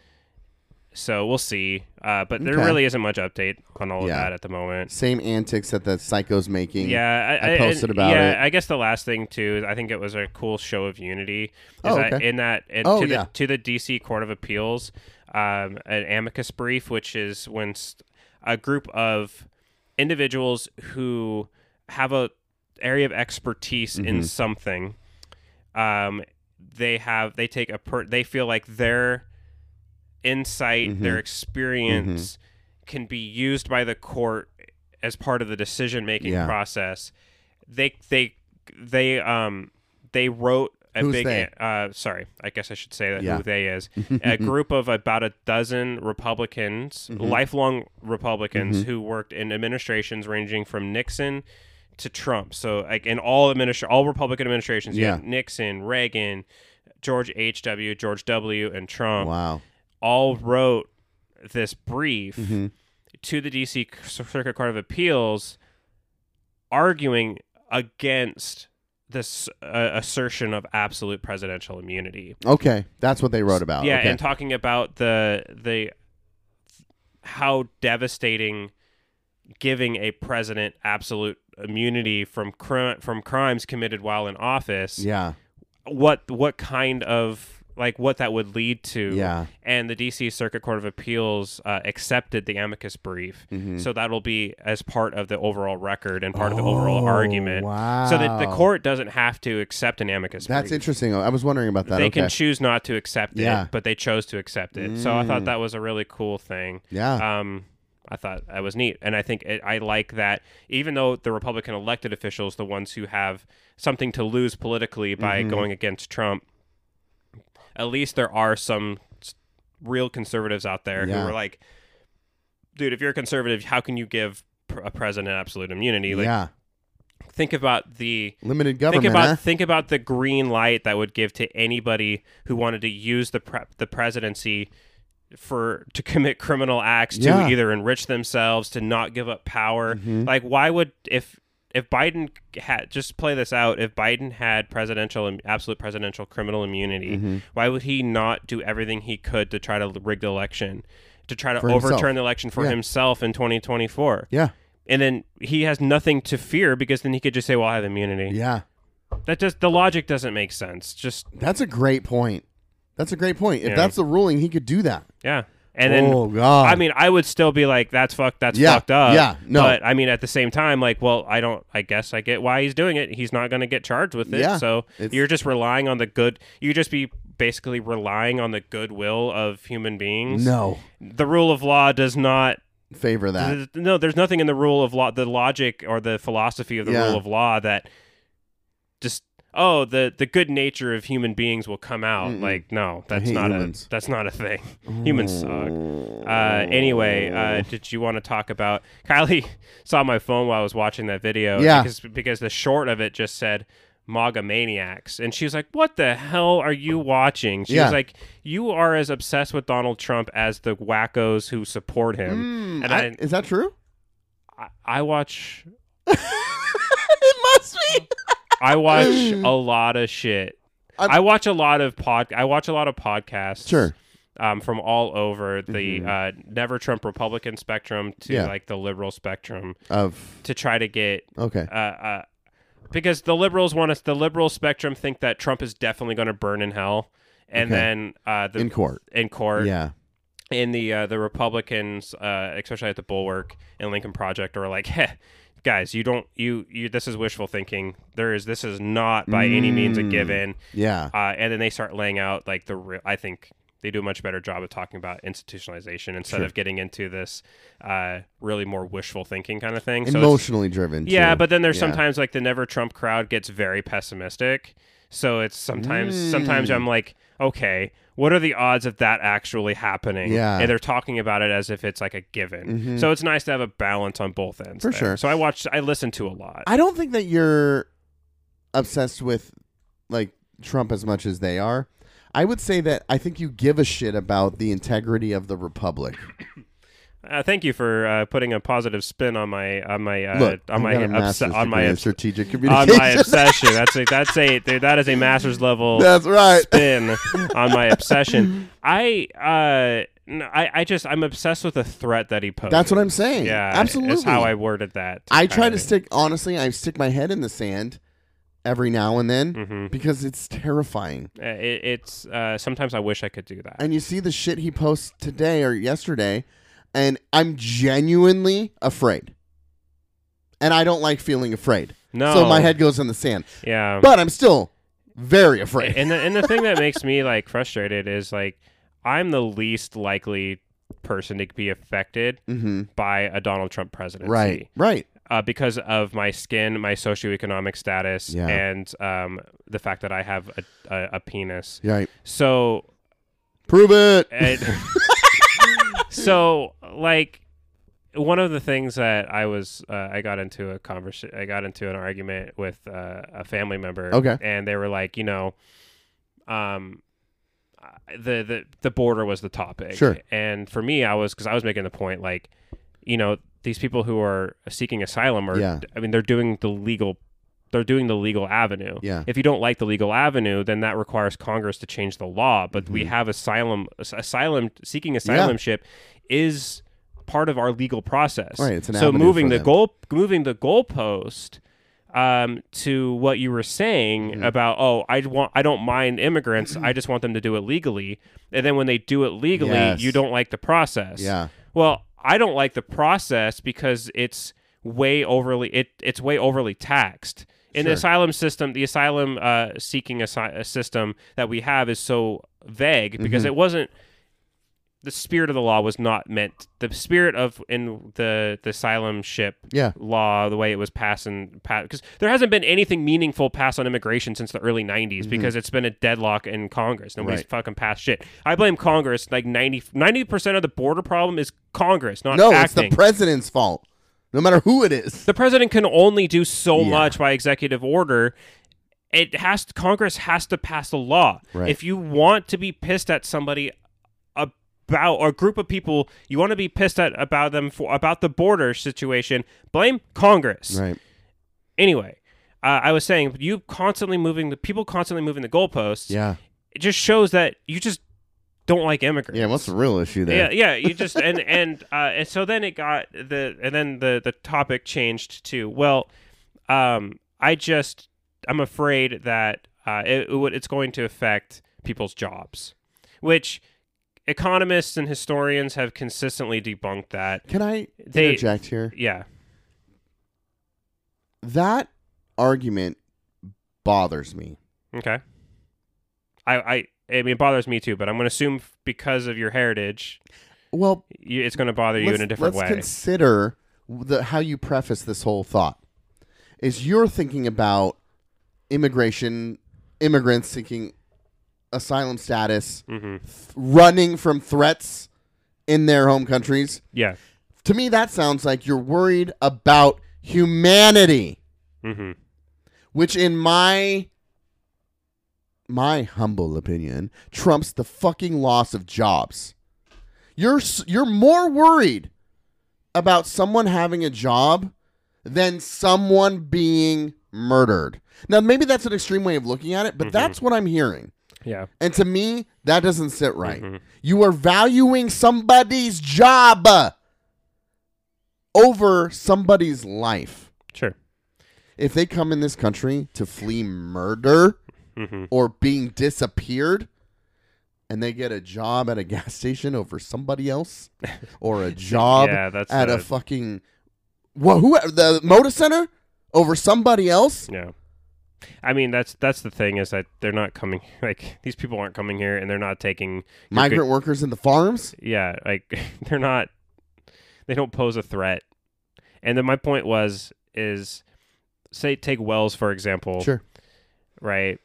so we'll see. Uh, but there Okay. really isn't much update on all Yeah. of that at the moment. Same antics that the psycho's making. Yeah, I posted and- about yeah, it. I guess the last thing too, is I think it was a cool show of unity. Is Oh, that okay. in that and Oh, to the yeah. to the DC Court of Appeals, um, an amicus brief, which is when st- a group of individuals who have a area of expertise Mm-hmm. in something, um, they have they take a per- they feel like their insight, their Mm-hmm. experience can be used by the court as part of the decision making Yeah. process. They they they um they wrote a Who's big they? uh sorry, I guess I should say that Yeah. who they <laughs> is. a group of about a dozen Republicans, Mm-hmm. lifelong Republicans who worked in administrations ranging from Nixon to Trump. So like in all administra- all Republican administrations, you Yeah. had Nixon, Reagan, George H.W., George W., and Trump Wow. all wrote this brief to the DC Circuit Court of Appeals arguing against this uh, assertion of absolute presidential immunity. Okay, that's what they wrote about. Yeah, Oh, okay. and talking about the the how devastating giving a president absolute immunity from cri- from crimes committed while in office. yeah, What what kind of like what that would lead to? yeah. And the D.C. Circuit Court of Appeals uh, accepted the amicus brief, Mhm. so that'll be as part of the overall record and part of the overall Oh, argument. Wow. So that the court doesn't have to accept an amicus That's brief. interesting. I was wondering about that. They okay. can choose not to accept Yeah. it, but they chose to accept it. So I Mm. thought that was a really cool thing. yeah. Um, I thought that was neat, and I think it, I like that. Even though the Republican elected officials, the ones who have something to lose politically by Mhm. going against Trump, at least there are some s- real conservatives out there Yeah. who are like, "Dude, if you're a conservative, how can you give pr- a president absolute immunity? Like, yeah. think about the." Limited government. think about huh? think about the green light that would give to anybody who wanted to use the pre- the presidency for to commit criminal acts to Yeah. either enrich themselves to not give up power Mhm. like why would if if Biden had just play this out if Biden had presidential absolute presidential criminal immunity Mhm. why would he not do everything he could to try to rig the election to try to For himself. overturn the election for Yeah. himself in 2024 Yeah. and then he has nothing to fear because then he could just say well I have immunity Yeah. that just the logic doesn't make sense. Just That's a great point. That's a great point. If Yeah. that's the ruling, he could do that. yeah. And then oh God. I mean, I would still be like, "That's fucked. That's Yeah, fucked up." yeah, no. But I mean, at the same time, like, well, I don't. I guess I get why he's doing it. He's not going to get charged with it. Yeah, so it's- you're just relying on the good. You just be basically relying on the goodwill of human beings. no. The rule of law does not. Favor that. th- no, there's nothing in the rule of law, the logic or the philosophy of the Yeah. rule of law that just oh the the good nature of human beings will come out. Mm-mm. Like no, I that's hate not humans. a that's not a thing. Humans suck. suck. Uh, anyway, Oh. uh, did you want to talk about Kylie? <laughs> Saw my phone while I was watching that video. Yeah. because, because the short of it just said MAGA maniacs, and she was like, "What the hell are you watching?" She Yeah. was like, "You are as obsessed with Donald Trump as the wackos who support him." Mm, and I- I- is that <laughs> true? Mm. I, I watch, it must be. I watch Mm. a lot of shit. I'm- i watch a lot of pod. I watch a lot of podcasts. Sure. Um, from all over the Mhm. uh, never Trump Republican spectrum to Yeah. like the liberal spectrum. Of to try to get okay. uh, uh, because the liberals want us the liberal spectrum think that Trump is definitely going to burn in hell and Okay. then uh, the in court. in court Yeah. in the uh, the Republicans uh, especially at the Bulwark and Lincoln Project are like heh guys you don't you you this is wishful thinking there is this is not by any means a Mm. given Yeah. uh, and then they start laying out like the real i think they do a much better job of talking about institutionalization instead Sure. of getting into this uh, really more wishful thinking kind of thing so it's- Emotionally driven. yeah, too. but then there's Yeah. sometimes like the Never Trump crowd gets very pessimistic. So it's sometimes sometimes Mm. I'm like, okay, what are the odds of that actually happening? Yeah. And they're talking about it as if it's like a given. Mhm. So it's nice to have a balance on both ends. For there. sure. So I watched I listened to a lot. I don't think that you're obsessed with like Trump as much as they are. I would say that I think you give a shit about the integrity of the republic. Uh, thank you for uh, putting a positive spin on my on my uh, Look, on I've my got a obs- master's on my degree in obs- strategic on communication. my obsession. That's a, that's a that is a master's level That's right. <laughs> spin on my obsession. I uh no, I, I just I'm obsessed with the threat that he poses. <laughs> That's what I'm saying. Yeah, absolutely. That's how I worded that. I try to Kylie. stick. Honestly, I stick my head in the sand every now and then Mhm. because it's terrifying. Uh, it, it's uh, sometimes I wish I could do that. And you see the shit he posts today or yesterday, and I'm genuinely afraid. And I don't like feeling afraid. no, So my head goes in the sand. Yeah, But I'm still very afraid. and the and the thing that makes me like frustrated is like I'm the least likely person to be affected hmm by a Donald Trump presidency. Right. Right. uh, because of my skin, my socioeconomic status, Yeah. and um, the fact that I have a, a, a penis. Right. So, Prove it. <laughs> and, so like one of the things that I was uh, I got into a conversation, I got into an argument with uh, a family member. Okay. and they were like, you know, um. I- The, the the border was the topic Sure. and for me i was because i was making the point like you know these people who are seeking asylum are Yeah. I mean they're doing the legal they're doing the legal avenue. Yeah. If you don't like the legal avenue, then that requires Congress to change the law, but we Mhm. have asylum as- asylum seeking asylumship is part of our legal process. Right, it's an so avenue moving for the them. goal moving the goalpost um, to what you were saying Mm-hmm. about oh I want I don't mind immigrants <clears throat> I just want them to do it legally and then when they do it legally Yes. you don't like the process Yeah. well I don't like the process because it's way overly it it's way overly taxed in the Sure. asylum system the asylum uh, seeking asi- uh, system that we have is so vague Mm-hmm. because it wasn't the spirit of the law was not meant the spirit of in the the asylum ship Yeah. law the way it was passed and because there hasn't been anything meaningful passed on immigration since the early 90s because it's been a deadlock in congress nobody's Mm-hmm. Right. fucking passed shit i blame congress like 90 percent of the border problem is congress not No, acting it's the president's fault. No matter who it <laughs> is. the president can only do so Yeah. much by executive order. It has to, Congress has to pass a law. Right. If you want to be pissed at somebody about or a group of people, you want to be pissed at about them for about the border situation, blame Congress Right. anyway, uh, I was saying you constantly moving the people constantly moving the goalposts. Yeah. it just shows that you just don't like immigrants. Yeah. What's the real issue there? Yeah, yeah. You just and <laughs> and uh, and so then it got the and then the the topic changed to well, um, I just I'm afraid that uh, it, it would- it's going to affect people's jobs, which economists and historians have consistently debunked that. Can I They- interject here? Yeah, That argument bothers me. Okay. I, I, I mean, it bothers me too, but I'm going to assume f- because of your heritage, Well, you, it's going to bother you in a different let's way. consider the how you preface this whole thought. Is you're thinking about immigration, immigrants seeking asylum status, hmm running from threats in their home countries. Yeah. To me, that sounds like you're worried about humanity, hmm which, in my my humble opinion, trumps the fucking loss of jobs. You're s- you're more worried about someone having a job than someone being murdered. Now, maybe that's an extreme way of looking at it, but that's what I'm hearing. Yeah. And to me, that doesn't sit right. Mhm. You are valuing somebody's job over somebody's life. Sure. If they come in this country to flee murder hmm or being disappeared, and they get a job at a gas <laughs> station over somebody else, or a job Yeah, that's at a, a- fucking well, who the motor center over somebody else, Yeah. I mean, that's that's the thing is that they're not coming. <laughs> Like these people aren't coming here, and they're not taking your good- migrant workers in the farms. yeah, like <laughs> they're not. They don't pose a threat. And then my point was is say take Wells for example. Sure, right?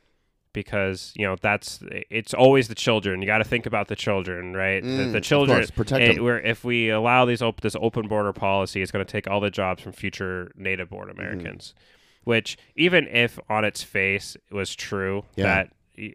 Because you know that's it's always the children. You got to think about the children, right? The- Mm, the, of children. course, protect it- 'em. we're- if we allow these op- this open border policy, it's going to take all the jobs from future native born Mm-hmm. Americans. Which even if on its face it was true Yeah. that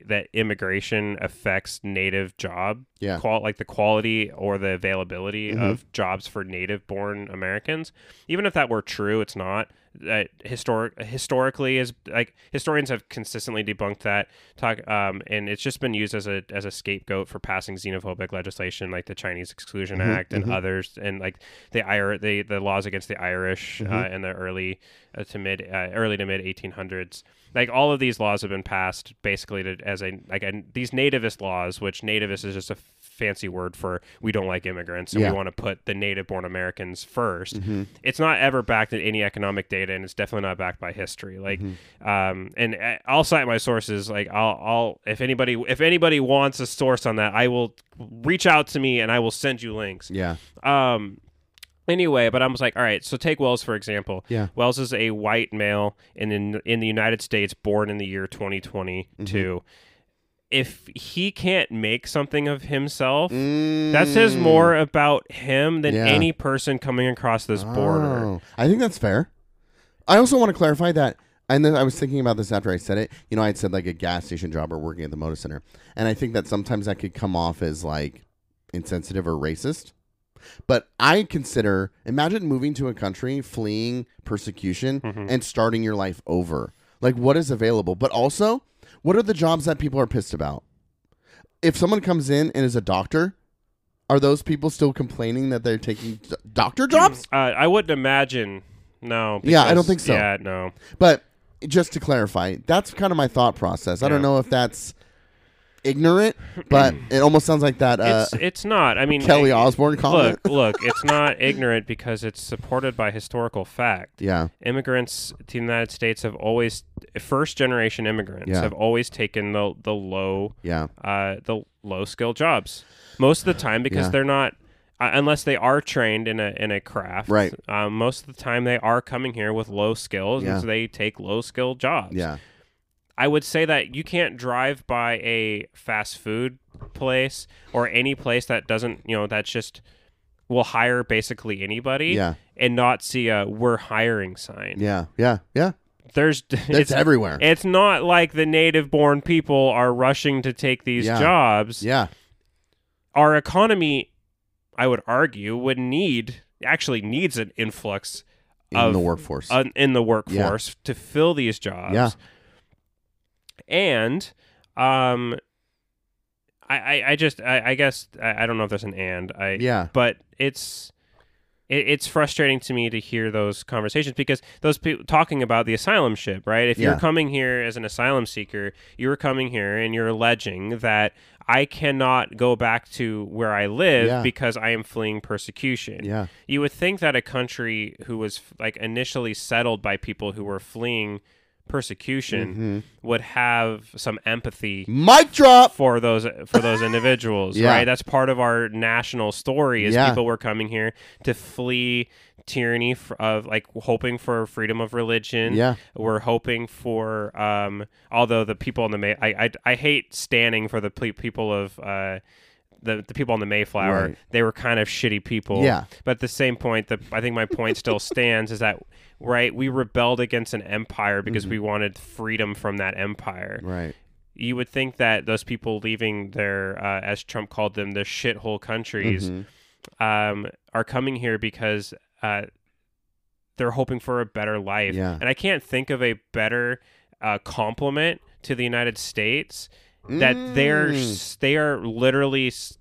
that immigration affects native job Yeah. qual- like the quality or the availability Mhm. of jobs for native born Americans. Even if that were true, it's not. That historic historically is like historians have consistently debunked that talk um, and it's just been used as a as a scapegoat for passing xenophobic legislation like the Chinese Exclusion Mhm, Act and mhm. others and like the IR the, the laws against the Irish uh, Mhm. in the early uh, to mid uh, early to mid 1800s like all of these laws have been passed basically to, as a like a, these nativist laws which nativist is just a fancy word for we don't like immigrants and Yeah. we want to put the native born americans 1st Mhm. it's not ever backed in any economic data and it's definitely not backed by history like Mm-hmm. um and uh, i'll cite my sources like i'll i'll if anybody if anybody wants a source on that i will reach out to me and i will send you links yeah, um anyway but i was like all right so take wells for example Yeah. wells is a white male in in, in the united states born in the year 2022 Mm-hmm. if he can't make something of himself that says Mm. more about him than Yeah. any person coming across this border Oh, I think that's fair. I also want to clarify that, and then I was thinking about this after I said it. You know, I had said like a gas station job or working at the motor center, and I think that sometimes that could come off as like insensitive or racist. But I consider imagine moving to a country, fleeing persecution, Mm-hmm. and starting your life over. Like, what is available? But also, what are the jobs that people are pissed about? If someone comes in and is a doctor, are those people still complaining that they're taking d- doctor jobs? Uh, I wouldn't imagine. No. Yeah, I don't because- think so. Yeah, no. But just to clarify, that's kind of my thought process. I don't Yeah. know if that's ignorant, <clears throat> but it almost sounds like that uh, it's it's not. I mean, Kelly it- Osborne comment. <laughs> Look, look, it's not ignorant because it's supported by historical fact. Yeah. Immigrants to the United States have always first generation immigrants Yeah. have always taken the the low Yeah. uh, the low skill jobs most of the time because Yeah. they're not uh, unless they are trained in a in a craft Right. um, most of the time they are coming here with low skills Yeah. and so they take low skill jobs Yeah. I would say that you can't drive by a fast food place or any place that doesn't, you know, that's just will hire basically anybody Yeah. and not see a we're hiring sign. Yeah. Yeah. Yeah. There's <laughs> It's <laughs> it's everywhere. it's not like the native born people are rushing to take these Yeah. jobs. yeah. Our economy, I would argue, would need actually needs an influx In of the workforce. un- in the workforce to fill these jobs. Yeah. And um I I, I just I, I guess I, I don't know if there's an and I yeah. but it's it, it's frustrating to me to hear those conversations because those people talking about the asylum ship, right? If Yeah. you're coming here as an asylum seeker, you're coming here and you're alleging that I cannot go back to where I live Yeah. because I am fleeing persecution Yeah. you would think that a country who was like initially settled by people who were fleeing persecution Mm-hmm. would have some empathy Mic drop. for those for those individuals Yeah. right that's part of our national story is Yeah. people were coming here to flee tyranny f- of like hoping for freedom of religion Yeah. we're hoping for um although the people in the may i i, I hate standing for the ple- people of uh the, the people on the Mayflower, Right. they were kind of shitty people. Yeah. But at the same point, the, I think my <laughs> point still stands is that, right, we rebelled against an empire because Mm-hmm. we wanted freedom from that empire. Right. You would think that those people leaving their, uh, as Trump called them, their shithole countries, Mhm. um, are coming here because uh, they're hoping for a better life. Yeah. And I can't think of a better uh, compliment to the United States that they're Mm. s- they are literally s-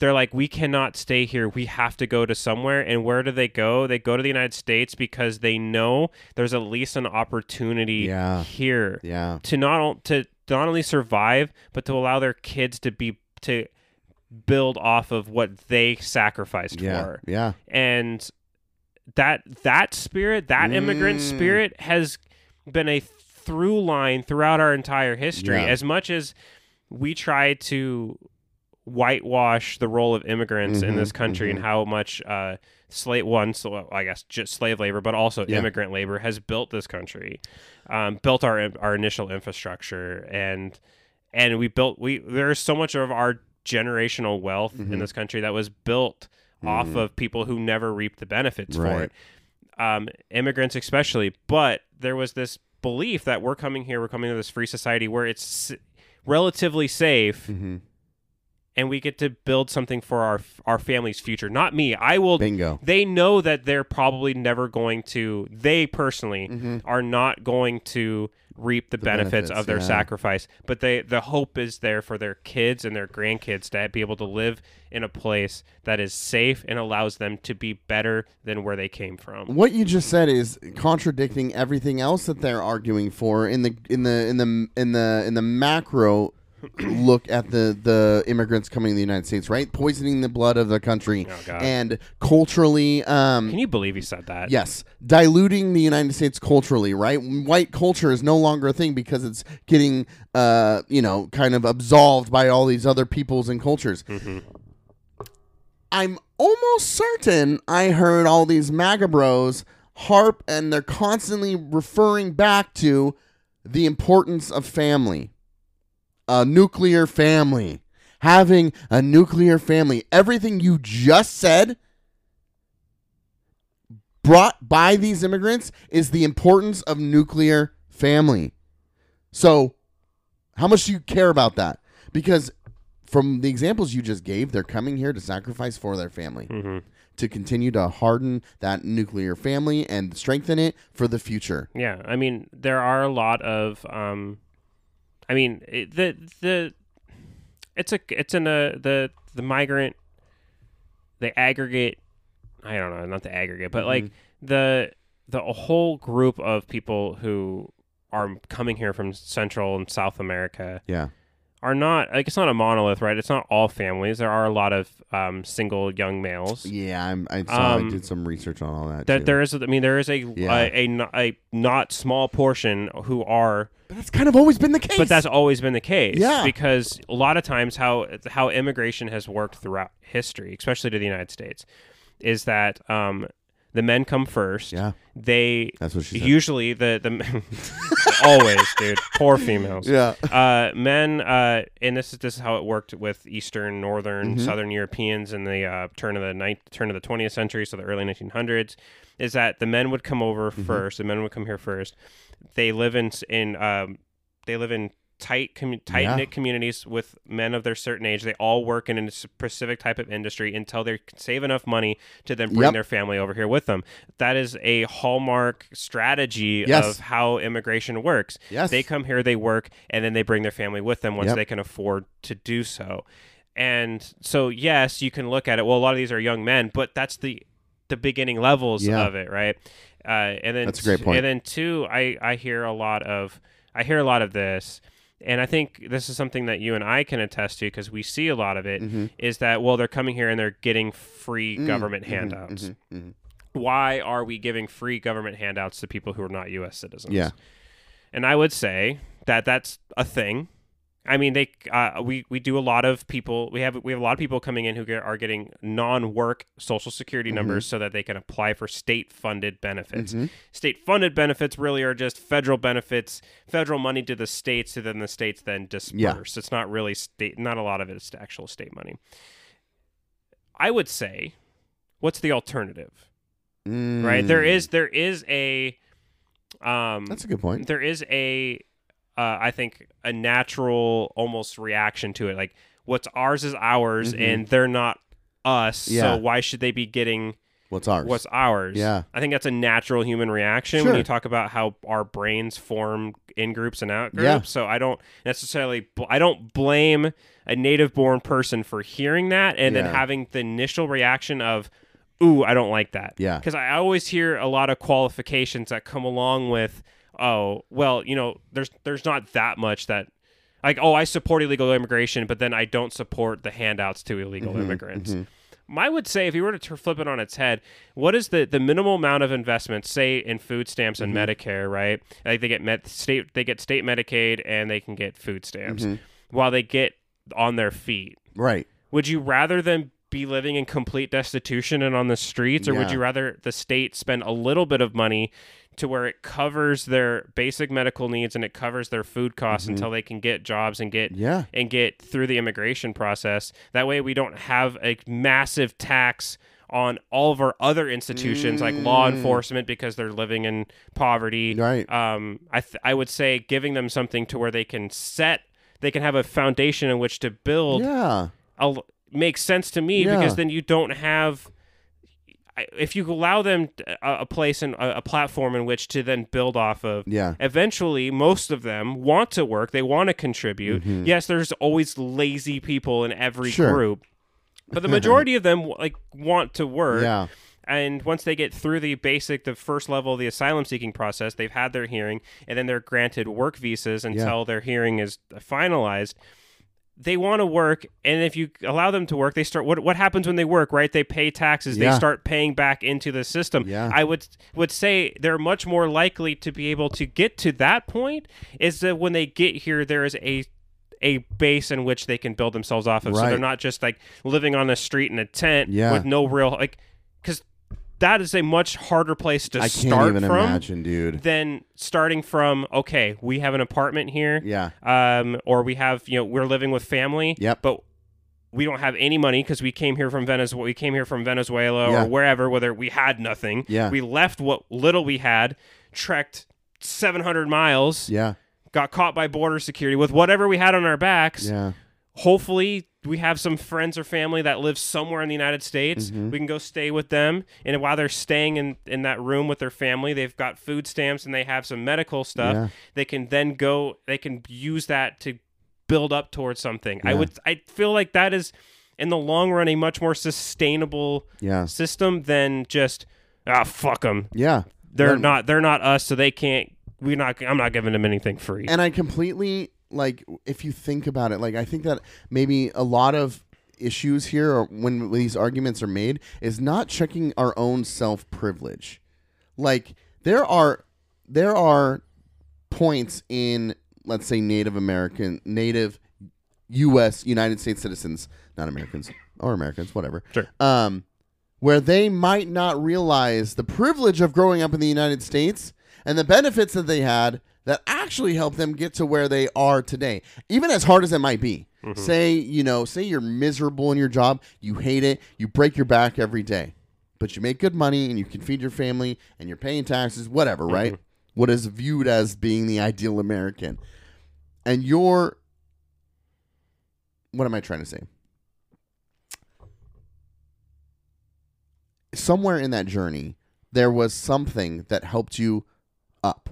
they're like we cannot stay here we have to go to somewhere and where do they go they go to the united states because they know there's at least an opportunity Yeah. here Yeah. to not on- to not only survive but to allow their kids to be to build off of what they sacrificed Yeah. for Yeah. and that that spirit that immigrant Mm. spirit has been a through line throughout our entire history Yeah. as much as we try to whitewash the role of immigrants in Mhm, this country and how much uh, slave one so i guess just slave labor but also Yeah. immigrant labor has built this country um, built our our initial infrastructure and and we built we there's so much of our generational wealth Mm-hmm. in this country that was built off of people who never reaped the benefits for Right. it um, immigrants especially but there was this belief that we're coming here we're coming to this free society where it's s- relatively safe Mm-hmm. and we get to build something for our our family's future not me i will Bingo. they know that they're probably never going to they personally are not going to reap the, benefits, Mm-hmm. benefits, of their yeah. sacrifice but they the hope is there for their kids and their grandkids to be able to live in a place that is safe and allows them to be better than where they came from What you just said is contradicting everything else that they're arguing for in the in the in the in the in the <clears throat> macro look at the the immigrants coming to the United States, right? Poisoning the blood of the country Oh, God. and culturally um can you believe he said that Yes, diluting the United States culturally, right? White culture is no longer a thing because it's getting, uh, you know, kind of absolved by all these other peoples and cultures. Mm-hmm. I'm almost certain I heard all these MAGA bros harp, and they're constantly referring back to the importance of family, a nuclear family, having a nuclear family. Everything you just said brought by these immigrants is the importance of nuclear family. So, how much do you care about that? Because from the examples you just gave, they're coming here to sacrifice for their family, Mm-hmm. to continue to harden that nuclear family and strengthen it for the future. Yeah, I mean there are a lot of, um, I mean it, the the it's a it's in a the the migrant the aggregate I don't know not the aggregate but like Mm-hmm. the the whole group of people who are coming here from Central and South America Yeah. are not like it's not a monolith right it's not all families there are a lot of um, single young males Yeah, I'm, I saw. I Um, did some research on all that. There, too. there is, I mean, there is a, Yeah. a, a no- a not small portion who are, but that's kind of always been the case. but that's always been the case. Yeah. Because a lot of times how how immigration has worked throughout history, especially to the United States, is that um, the men come first. yeah. They That's what she said. usually the the <laughs> always dude poor females yeah. uh, men, uh, and this is this is how it worked with Eastern, Northern, Mm-hmm. Southern Europeans in the uh, turn of the ninth, turn of the twentieth century, so the early nineteen hundreds, is that the men would come over Mm-hmm. first, the men would come here first. They live in s- in um, they live in tight commu- tight knit communities with men of their certain age. They all work in a specific type of industry until they can save enough money to then bring Yep. their family over here with them. That is a hallmark strategy Yes. of how immigration works. Yes. <laughs> They come here, they work, and then they bring their family with them once Yep. they can afford to do so. And so, yes, you can look at it. Well, a lot of these are young men, but that's the the beginning levels Yeah. of it, right? Uh, and then That's a great point. And then two, I I hear a lot of I hear a lot of this, and I think this is something that you and I can attest to because we see a lot of it. Is Mm-hmm. that well, they're coming here and they're getting free government Mm-hmm. handouts. Why are we giving free government handouts to people who are not U.S. citizens? Yeah. and I would say that that's a thing. I mean, they uh, we we do a lot of people. We have we have a lot of people coming in who get, are getting non-work social security numbers so that they can apply for state-funded benefits. State-funded benefits really are just federal benefits, federal money to the states, and then the states then disperse. It's not really state. Not a lot of it is actual state money. I would say, what's the alternative? Right? There is there is a um Mm. That's a good point. there is a uh, I think a natural almost reaction to it like what's ours is ours Mhm. and they're not us Yeah. so why should they be getting What's ours? what's ours Yeah. i think that's a natural human reaction when Sure. you talk about how our brains form in groups and out groups Yeah. so i don't necessarily bl- i don't blame a native born person for hearing that and Yeah. then having the initial reaction of ooh i don't like that Yeah. because I always hear a lot of qualifications that come along with, oh, well, you know, there's there's not that much that, like, oh, I support illegal immigration, but then I don't support the handouts to illegal Mm-hmm, immigrants. I would say if you were to tur- flip it on its head, what is the, the minimal amount of investment, say in food stamps and Mm-hmm. Medicare, right? Like they get med- state they get state Medicaid and they can get food stamps Mm-hmm. while they get on their feet. right. Would you rather them be living in complete destitution and on the streets, or would Yeah. you rather the state spend a little bit of money to where it covers their basic medical needs and it covers their food costs until they can get jobs and get Mm-hmm. Yeah. and get through the immigration process? That way, we don't have a massive tax on all of our other institutions like law enforcement because they're living in poverty Mm. Right. um, I th- I would say giving them something to where they can set, they can have a foundation in which to build. Yeah. I'll, makes sense to me Yeah. because then you don't have. I- If you allow them a, a place and a, a platform in which to then build off of, Yeah. eventually most of them want to work. They want to contribute. Yes, there's always lazy people in every Mm-hmm. Sure. group, but <laughs> the majority of them like want to work. Yeah. And once they get through the basic, the first level of the asylum seeking process, they've had their hearing, and then they're granted work visas until their hearing is finalized. They want to work, and if you allow them to work, they start. What what happens when they work? Right, they pay taxes. Yeah. They start paying back into the system. Yeah. I would would say they're much more likely to be able to get to that point. Is that when they get here, there is a a base in which they can build themselves off of. So they're Right. not just like living on a street in a tent Yeah. with no real like because that is a much harder place to I can't start even from imagine, dude. than starting from okay we have an apartment here Yeah. um or we have you know we're living with family Yep. but we don't have any money because we came here from Venezuela. We came here from Venezuela Yeah. or wherever. Whether we had nothing, Yeah. we left what little we had, trekked 700 miles, Yeah. got caught by border security with whatever we had on our backs. Yeah. Hopefully, we have some friends or family that lives somewhere in the United States. Mm-hmm. We can go stay with them, and while they're staying in in that room with their family, they've got food stamps and they have some medical stuff. Yeah. They can then go. They can use that to build up towards something. I Yeah. would. I feel like that is in the long run a much more sustainable Yeah. system than just ah fuck them. Yeah. They're Um, not. They're not us, so they can't. We not. I'm not giving them anything free. And I completely like if you think about it, like I think that maybe a lot of issues here or when these arguments are made is not checking our own self privilege. Like there are there are points in let's say Native American Native US United States citizens, not Americans or Americans, whatever. Sure. Um where they might not realize the privilege of growing up in the United States and the benefits that they had that actually helped them get to where they are today, even as hard as it might be. Say, you know, say you're miserable in your job, you hate it, you break your back every day, but you make good money and you can feed your family and you're paying taxes, whatever, right? What is viewed as being the ideal American. And you're, what am I trying to say? Somewhere in that journey, there was something that helped you up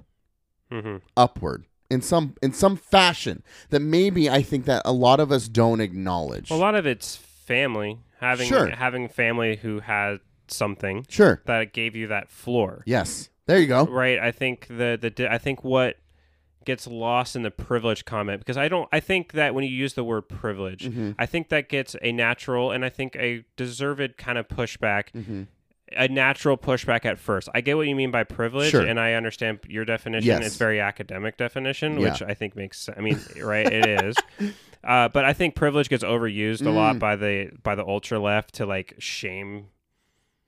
hmm upward in some in some fashion that maybe I think that a lot of us don't acknowledge. A lot of it's family having Sure. having family who had something sure. that gave you that floor. Yes. There you go. Right? I think the the di- I think what gets lost in the privilege comment because I don't I think that when you use the word privilege, Mm-hmm. I think that gets a natural and I think a deserved kind of pushback. Mm-hmm. A natural pushback at first. I get what you mean by privilege, Sure. and I understand your definition. Yes. It's very academic definition, Yeah. which I think makes. se- I mean, right? It <laughs> is. Uh, but I think privilege gets overused a Mm. lot by the by the ultra left to like shame.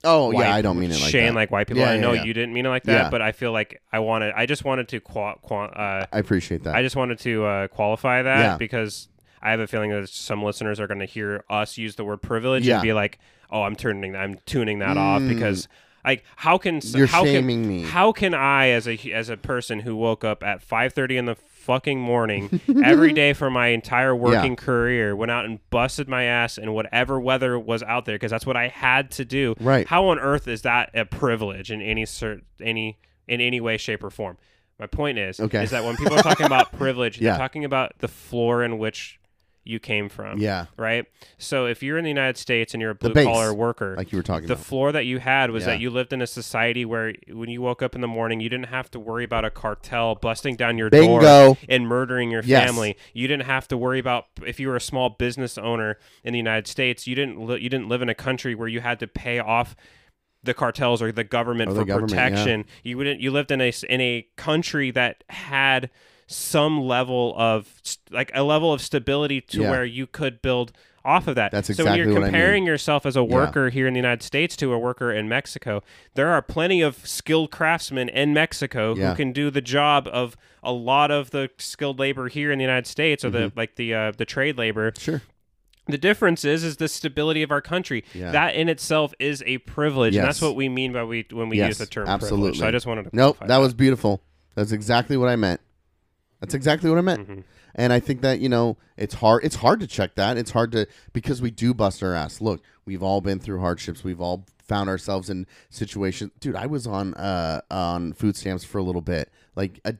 Oh white- yeah, I don't mean it like shame that. like white people. Yeah, I yeah, know yeah. you didn't mean it like that, Yeah. but I feel like I wanted. I just wanted to qua, qua, uh, I appreciate that. I just wanted to uh, qualify that Yeah. because I have a feeling that some listeners are going to hear us use the word privilege Yeah. Mm. and be like, "Oh, I'm turning, I'm tuning that off because." Like how can s- You're how shaming can, me. How can I, as a as a person who woke up at 5:30 in the fucking morning <laughs> every day for my entire working career, went out and busted my ass in whatever weather was out there because that's what I had to do. Right. How on earth is that a privilege in any cert any in any way, shape, or form? My point is, Okay. is that when people are talking about <laughs> privilege, Yeah. they're talking about the floor in which you came from. yeah, Right. So if you're in the United States and you're a blue base, collar worker, like you were talking the about. floor that you had was Yeah. that you lived in a society where when you woke up in the morning, you didn't have to worry about a cartel busting down your Bingo. door and murdering your Yes. family. You didn't have to worry about if you were a small business owner in the United States, you didn't li- you didn't live in a country where you had to pay off the cartels or the government Or the for government, yeah. protection. You wouldn't you lived in a s- in a country that had some level of st- like a level of stability to Yeah. where you could build off of that. That's so exactly what when you're I mean. comparing yourself as a worker here in the United States to a worker in Mexico, there are plenty of skilled craftsmen in Mexico Yeah. who can do the job of a lot of the skilled labor here in the United States or the Mm-hmm. like the uh, the trade labor. Sure. The difference is is the stability of our country. Yeah. That in itself is a privilege, and Yes. that's what we mean by we when we use the term privilege. So absolutely. I just wanted to Nope, clarify that was beautiful. That's exactly what I meant. That's exactly what I meant. Mm-hmm. And I think that, you know, it's hard it's hard to check that. It's hard to because we do bust our ass. Look, we've all been through hardships. We've all found ourselves in situations. Dude, I was on uh on food stamps for a little bit. Like a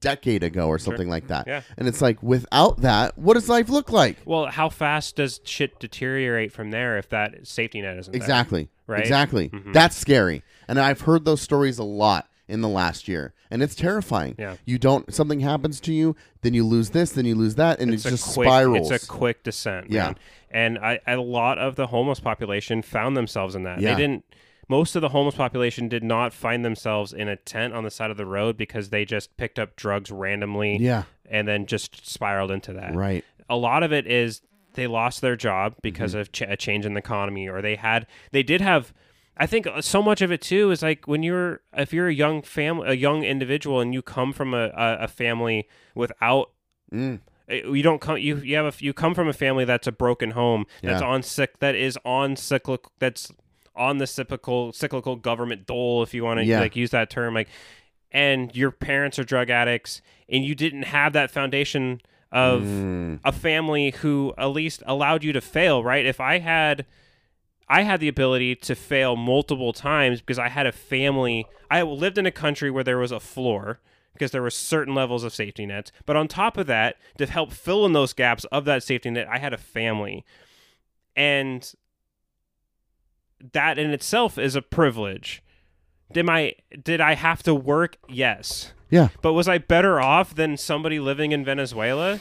decade ago or something like that. Mm-hmm. Yeah. And it's like without that, what does life look like? Well, how fast does shit deteriorate from there if that safety net isn't there? Exactly. Right? Mm-hmm. Exactly. That's scary. And I've heard those stories a lot in the last year. And it's terrifying. Yeah. You don't something happens to you, then you lose this, then you lose that, and it just quick, spirals. It's a quick descent. Yeah. man. and I, a lot of the homeless population found themselves in that. Yeah. They didn't. Most of the homeless population did not find themselves in a tent on the side of the road because they just picked up drugs randomly. Yeah. and then just spiraled into that. Right. A lot of it is they lost their job because Mm-hmm. of ch- a change in the economy, or they had they did have. I think uh, so much of it too is like when you're if you're a young family, a young individual, and you come from a, a, a family without Mm. uh, you don't come you you have a f- you come from a family that's a broken home that's Yeah. on sick that is on cyclical that's on the cyclical cyclical government dole if you want to Yeah. like use that term like and your parents are drug addicts and you didn't have that foundation of Mm. a family who at least allowed you to fail, right? If I had I had the ability to fail multiple times because I had a family. I lived in a country where there was a floor because there were certain levels of safety nets. But on top of that, to help fill in those gaps of that safety net, I had a family. And that in itself is a privilege. Did my did I have to work? Yes. Yeah. But was I better off than somebody living in Venezuela?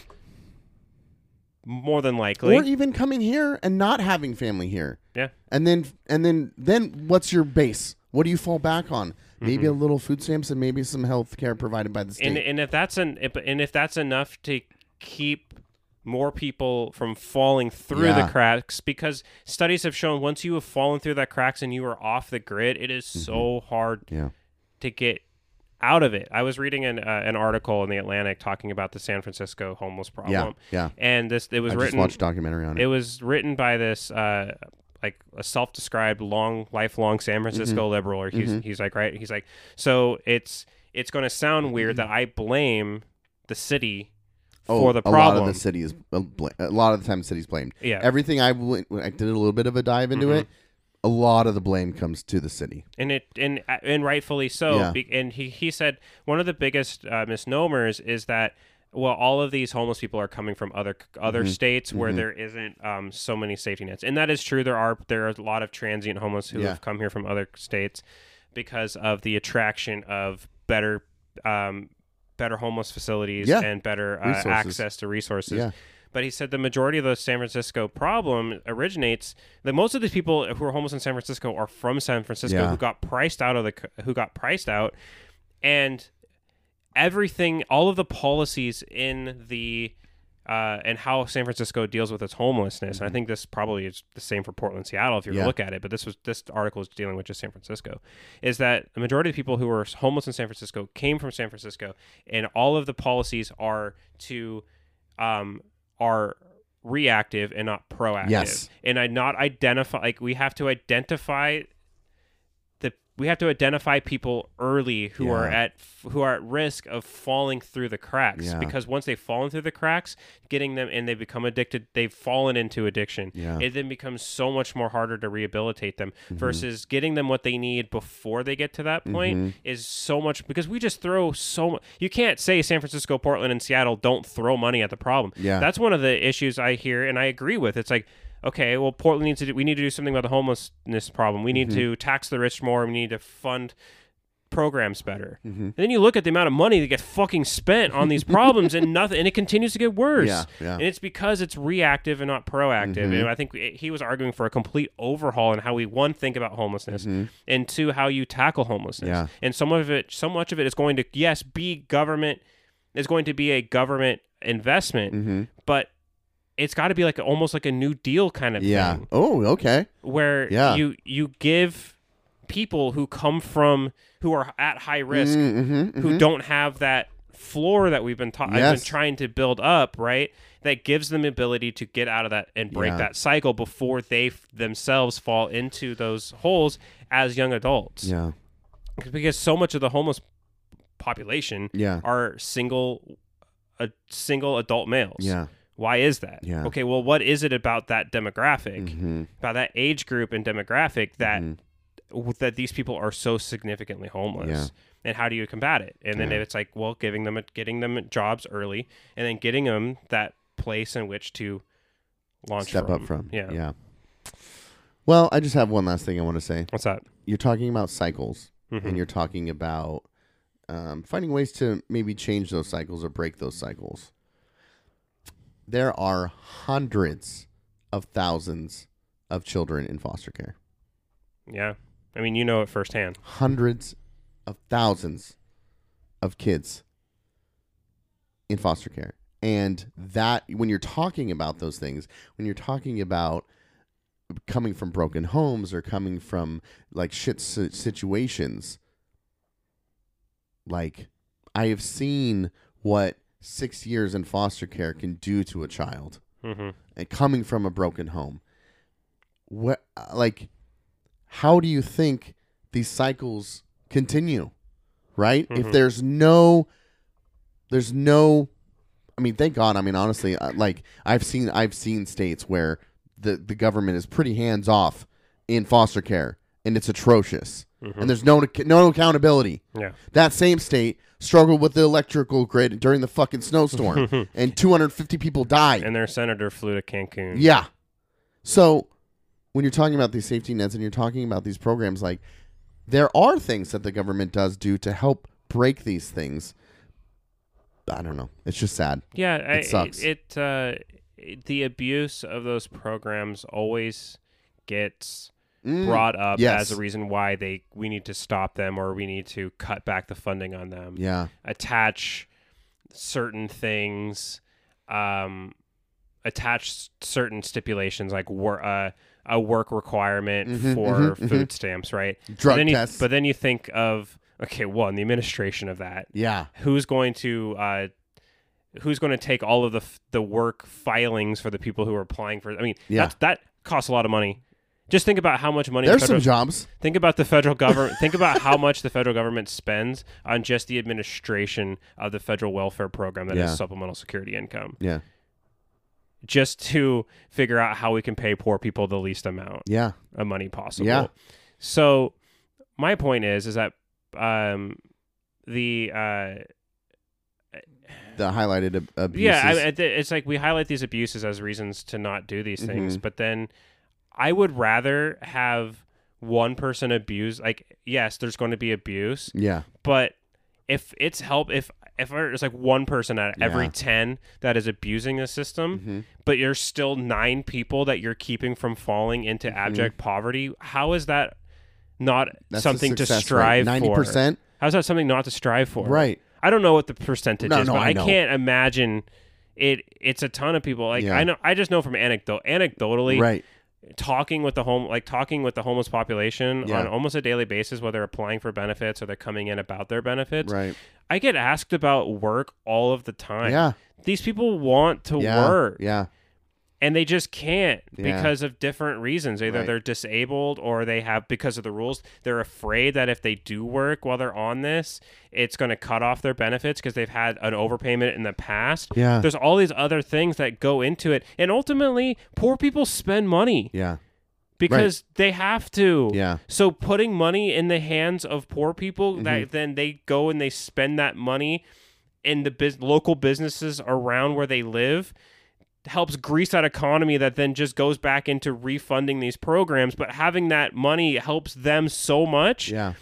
More than likely. or even coming here and not having family here. yeah. And then and then then what's your base? What do you fall back on? Maybe a little food stamps and maybe some health care provided by the state. Mm-hmm. And and if that's an if, and if that's enough to keep more people from falling through Yeah. the cracks because studies have shown once you have fallen through that cracks and you are off the grid, it is so hard Mm-hmm. yeah. to get out of it. I was reading an uh, an article in the Atlantic talking about the San Francisco homeless Yeah. problem. Yeah. And this it was I just written watched a documentary on it. It was written by this uh, like a self-described long, lifelong San Francisco Mm-hmm. liberal, or he's he's like right, he's like so it's it's going to sound weird that I blame the city for the Oh, A lot problem. of the city is a bl- a lot of the time the city's blamed. Yeah. Mm-hmm. Everything I went, I did a little bit of a dive into it. A lot of the blame comes to the city. and it and uh, and rightfully so. Yeah. Be- And he he said one of the biggest uh, misnomers is that well, all of these homeless people are coming from other other Mm-hmm. states where there isn't um, so many safety nets, and that is true. There are there are a lot of transient homeless who Yeah. have come here from other states because of the attraction of better. Um, better homeless facilities Yeah. and better uh, Resources. access to resources Yeah. but he said the majority of the San Francisco problem originates that most of these people who are homeless in San Francisco are from San Francisco Yeah. who got priced out of the c- who got priced out and everything all of the policies in the uh, and how San Francisco deals with its homelessness, and I think this probably is the same for Portland, Seattle, if you were to Mm-hmm. Yeah. look at it. But this was this article is dealing with just San Francisco, is that the majority of people who are homeless in San Francisco came from San Francisco, and all of the policies are to um, are reactive and not proactive. Yes. And I not identify like we have to identify the we have to identify people early who are Yeah. at who are at risk of falling through the cracks Yeah. because once they've fallen through the cracks, getting them and they become addicted, they've fallen into addiction. Yeah. Mm-hmm. It then becomes so much more harder to rehabilitate them versus getting them what they need before they get to that point is so much because we just throw so much. You can't say San Francisco, Portland, and Seattle don't throw money at the problem. Yeah. That's one of the issues I hear and I agree with. It's like, okay, well, Portland needs to do, we need to do something about the homelessness problem. We Mm-hmm. need to tax the rich more. We need to fund programs better. Mm-hmm. And then you look at the amount of money that gets fucking spent on these problems and nothing, and it continues to get worse. Yeah, yeah. And it's because it's reactive and not proactive. Mm-hmm. And I think it- he was arguing for a complete overhaul in how we one think about homelessness and two how you tackle homelessness. Mm-hmm. Yeah. And some of it, so much of it is going to yes be government is going to be a government investment, Mm. Mm-hmm. but it's got to be like almost like a New Deal kind of Yeah. thing Oh, okay. where Yeah. you you give people who come from who are at high risk Mm-hmm. who don't have that floor that we've been ta- I've Yes. been trying to build up right that gives them the ability to get out of that and break Yeah. that cycle before they f- themselves fall into those holes as young adults Yeah. because so much of the homeless population Yeah. are single a single adult males Yeah. why is that Yeah. okay well what is it about that demographic Mhm. about that age group and demographic that Mm-hmm. w- that these people are so significantly homeless. Yeah. And how do you combat it? And then Yeah. if it's like, well, giving them a, getting them jobs early, and then getting them that place in which to launch Step up from. Yeah. Yeah. Well, I just have one last thing I want to say. What's that? You're talking about cycles, Mhm. and you're talking about um, finding ways to maybe change those cycles or break those cycles. There are hundreds of thousands of children in foster care. Yeah. I mean, you know it firsthand. hundreds of thousands of kids in foster care. And that, when you're talking about those things, when you're talking about coming from broken homes or coming from like shit si- situations, like I have seen what six years in foster care can do to a child hmm and coming from a broken home what like how do you think these cycles continue right if Mhm. there's no there's no I mean, thank God. I mean, honestly, uh, like I've seen I've seen states where the the government is pretty hands off in foster care, and it's atrocious. And there's no no accountability. Yeah. That same state struggled with the electrical grid during the fucking snowstorm, and 250 people died. And their senator flew to Cancun. Yeah. So when you're talking about these safety nets and you're talking about these programs, like there are things that the government does do to help break these things. I don't know. It's just sad. Yeah, I, it sucks. It, uh, it- the abuse of those programs always gets brought up Mm. yes. as a reason why they we need to stop them or we need to cut back the funding on them. Yeah. Attach certain things, um, attach s- certain stipulations like wor- uh, a work requirement Mhm, for mhm, mhm. food stamps, right? but Drug then tests. You, but then you think of okay, one the administration of that yeah. who's going to uh, who's going to take all of the f- the work filings for the people who are applying for? I mean, Yeah. that's, that costs a lot of money. Just think about how much money. the There's federal, some jobs. think about the federal government. think about how much the federal government spends on just the administration of the federal welfare program that is Yeah. supplemental security income, Yeah. just to figure out how we can pay poor people the least amount Yeah. of money possible. Yeah. So my point is, is that um, the uh, The highlighted ab- abuses. Yeah, I, I thi- it's like we highlight these abuses as reasons to not do Mm-hmm. these things, but then I would rather have one person abuse. Like, yes, there's going to be abuse, yeah. but if it's help, if if there's like one person out of every Yeah. Mm-hmm. ten that is abusing the system, but you're still nine people that you're keeping from falling into Mm-hmm. abject poverty, how is that not That's something to strive Ninety for? percent. How's that something not to strive for? Right. I don't know what the percentage No, is, no, but I I, know. can't imagine it. It's a ton of people. Like Yeah. I know, I just know from anecdote, anecdotally, Right. talking with the home, like talking with the homeless population Yeah. on almost a daily basis, whether applying for benefits or they're coming in about their benefits. Right. I get asked about work all of the time. Yeah. These people want to Yeah. work Yeah. and they just can't Yeah. because of different reasons. Either Right. they're disabled or they have because of the rules. They're afraid that if they do work while they're on this, it's going to cut off their benefits because they've had an overpayment in the past. Yeah. There's all these other things that go into it, and ultimately, poor people spend money Yeah. because they have to. Yeah. So putting money in the hands of poor people Mm-hmm. that then they go and they spend that money in the bus local businesses around where they live helps grease that economy that then just goes back into refunding these programs but having that money helps them so much Yeah.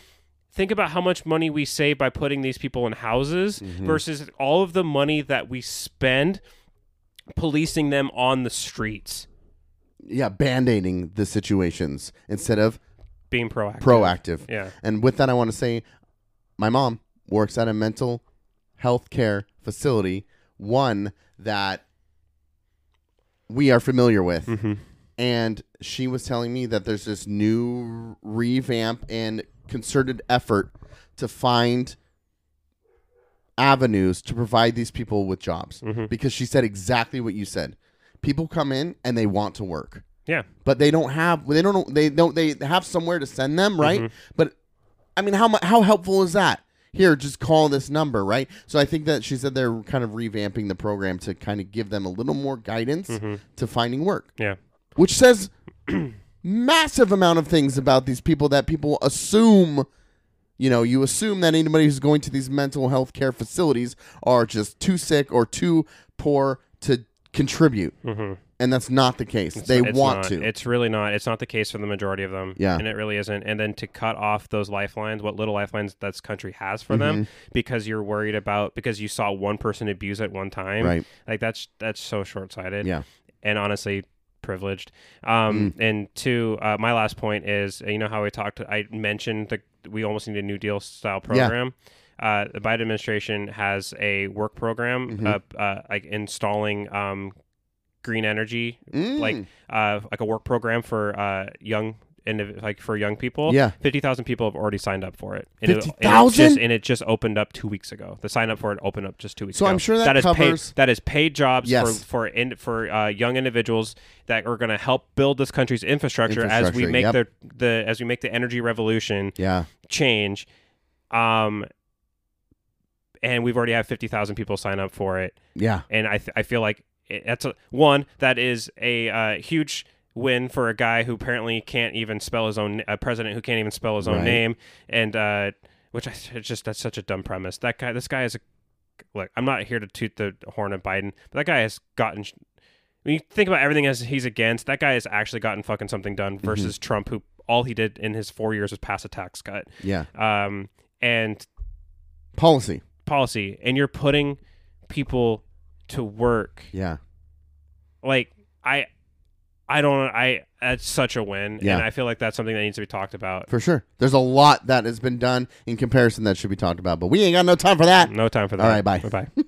think about how much money we save by putting these people in houses Mm-hmm. versus all of the money that we spend policing them on the streets Yeah. Band-aiding the situations instead of being proactive proactive. yeah And with that, I want to say my mom works at a mental health care facility, one that we are familiar with. And she was telling me that there's this new revamp and concerted effort to find avenues to provide these people with jobs because she said exactly what you said. People come in and they want to work yeah but they don't have they don't they don't they have somewhere to send them right Mm-hmm. but i mean how mu- how helpful is that here just call this number right so i think that she said they're kind of revamping the program to kind of give them a little more guidance Mm-hmm. to finding work yeah which <clears throat> says massive amount of things about these people that people assume you know you assume that anybody who's going to these mental health care facilities are just too sick or too poor to contribute and that's not the case they Mm-hmm. It's want not. to It's really not. It's not the case for the majority of them. Yeah. And it really isn't. And then to cut off those lifelines, what little lifelines this country has for them, Mm-hmm. because you're worried about because you saw one person abuse at one time. Right. Like that's that's so short sighted. Yeah. Mm. And honestly privileged. Um and two, uh, my last point is uh, you know how we talked I mentioned that we almost need a New Deal style program. Uh, the Biden administration has a work program, Mm-hmm. uh, uh, like installing um, green energy Mm. like uh, like a work program for uh, young and like for young people. Yeah. fifty thousand people have already signed up for it. And it- and it 50,000? just- and it just opened up two weeks ago. The sign up for it opened up just two weeks So ago. I'm sure that is paid- covers- that is paid jobs Yes. for for in, for uh, young individuals that are going to help build this country's infrastructure, as we Infrastructure, make yep. the the as we make the energy revolution Yeah. change. Um, and we've already had 50,000 people sign up for it. Yeah. And I, th- I feel like it, that's a, one that is a uh, huge win for a guy who apparently can't even spell his own a president who can't even spell his own Right. name and uh, which I it's just that's such a dumb premise. That guy, this guy is a look. I'm not here to toot the horn of Biden, but that guy has gotten. sh- When you think about everything as he's against, that guy has actually gotten fucking something done versus Trump, who all he did in his four years was pass a tax cut. Yeah. Um, and Policy. policy and you're putting people to work Yeah. like i i don't i that's such a win Yeah. and i feel like that's something that needs to be talked about For sure. There's a lot that has been done in comparison that should be talked about, but we ain't got no time for that. no time for that All right, bye. bye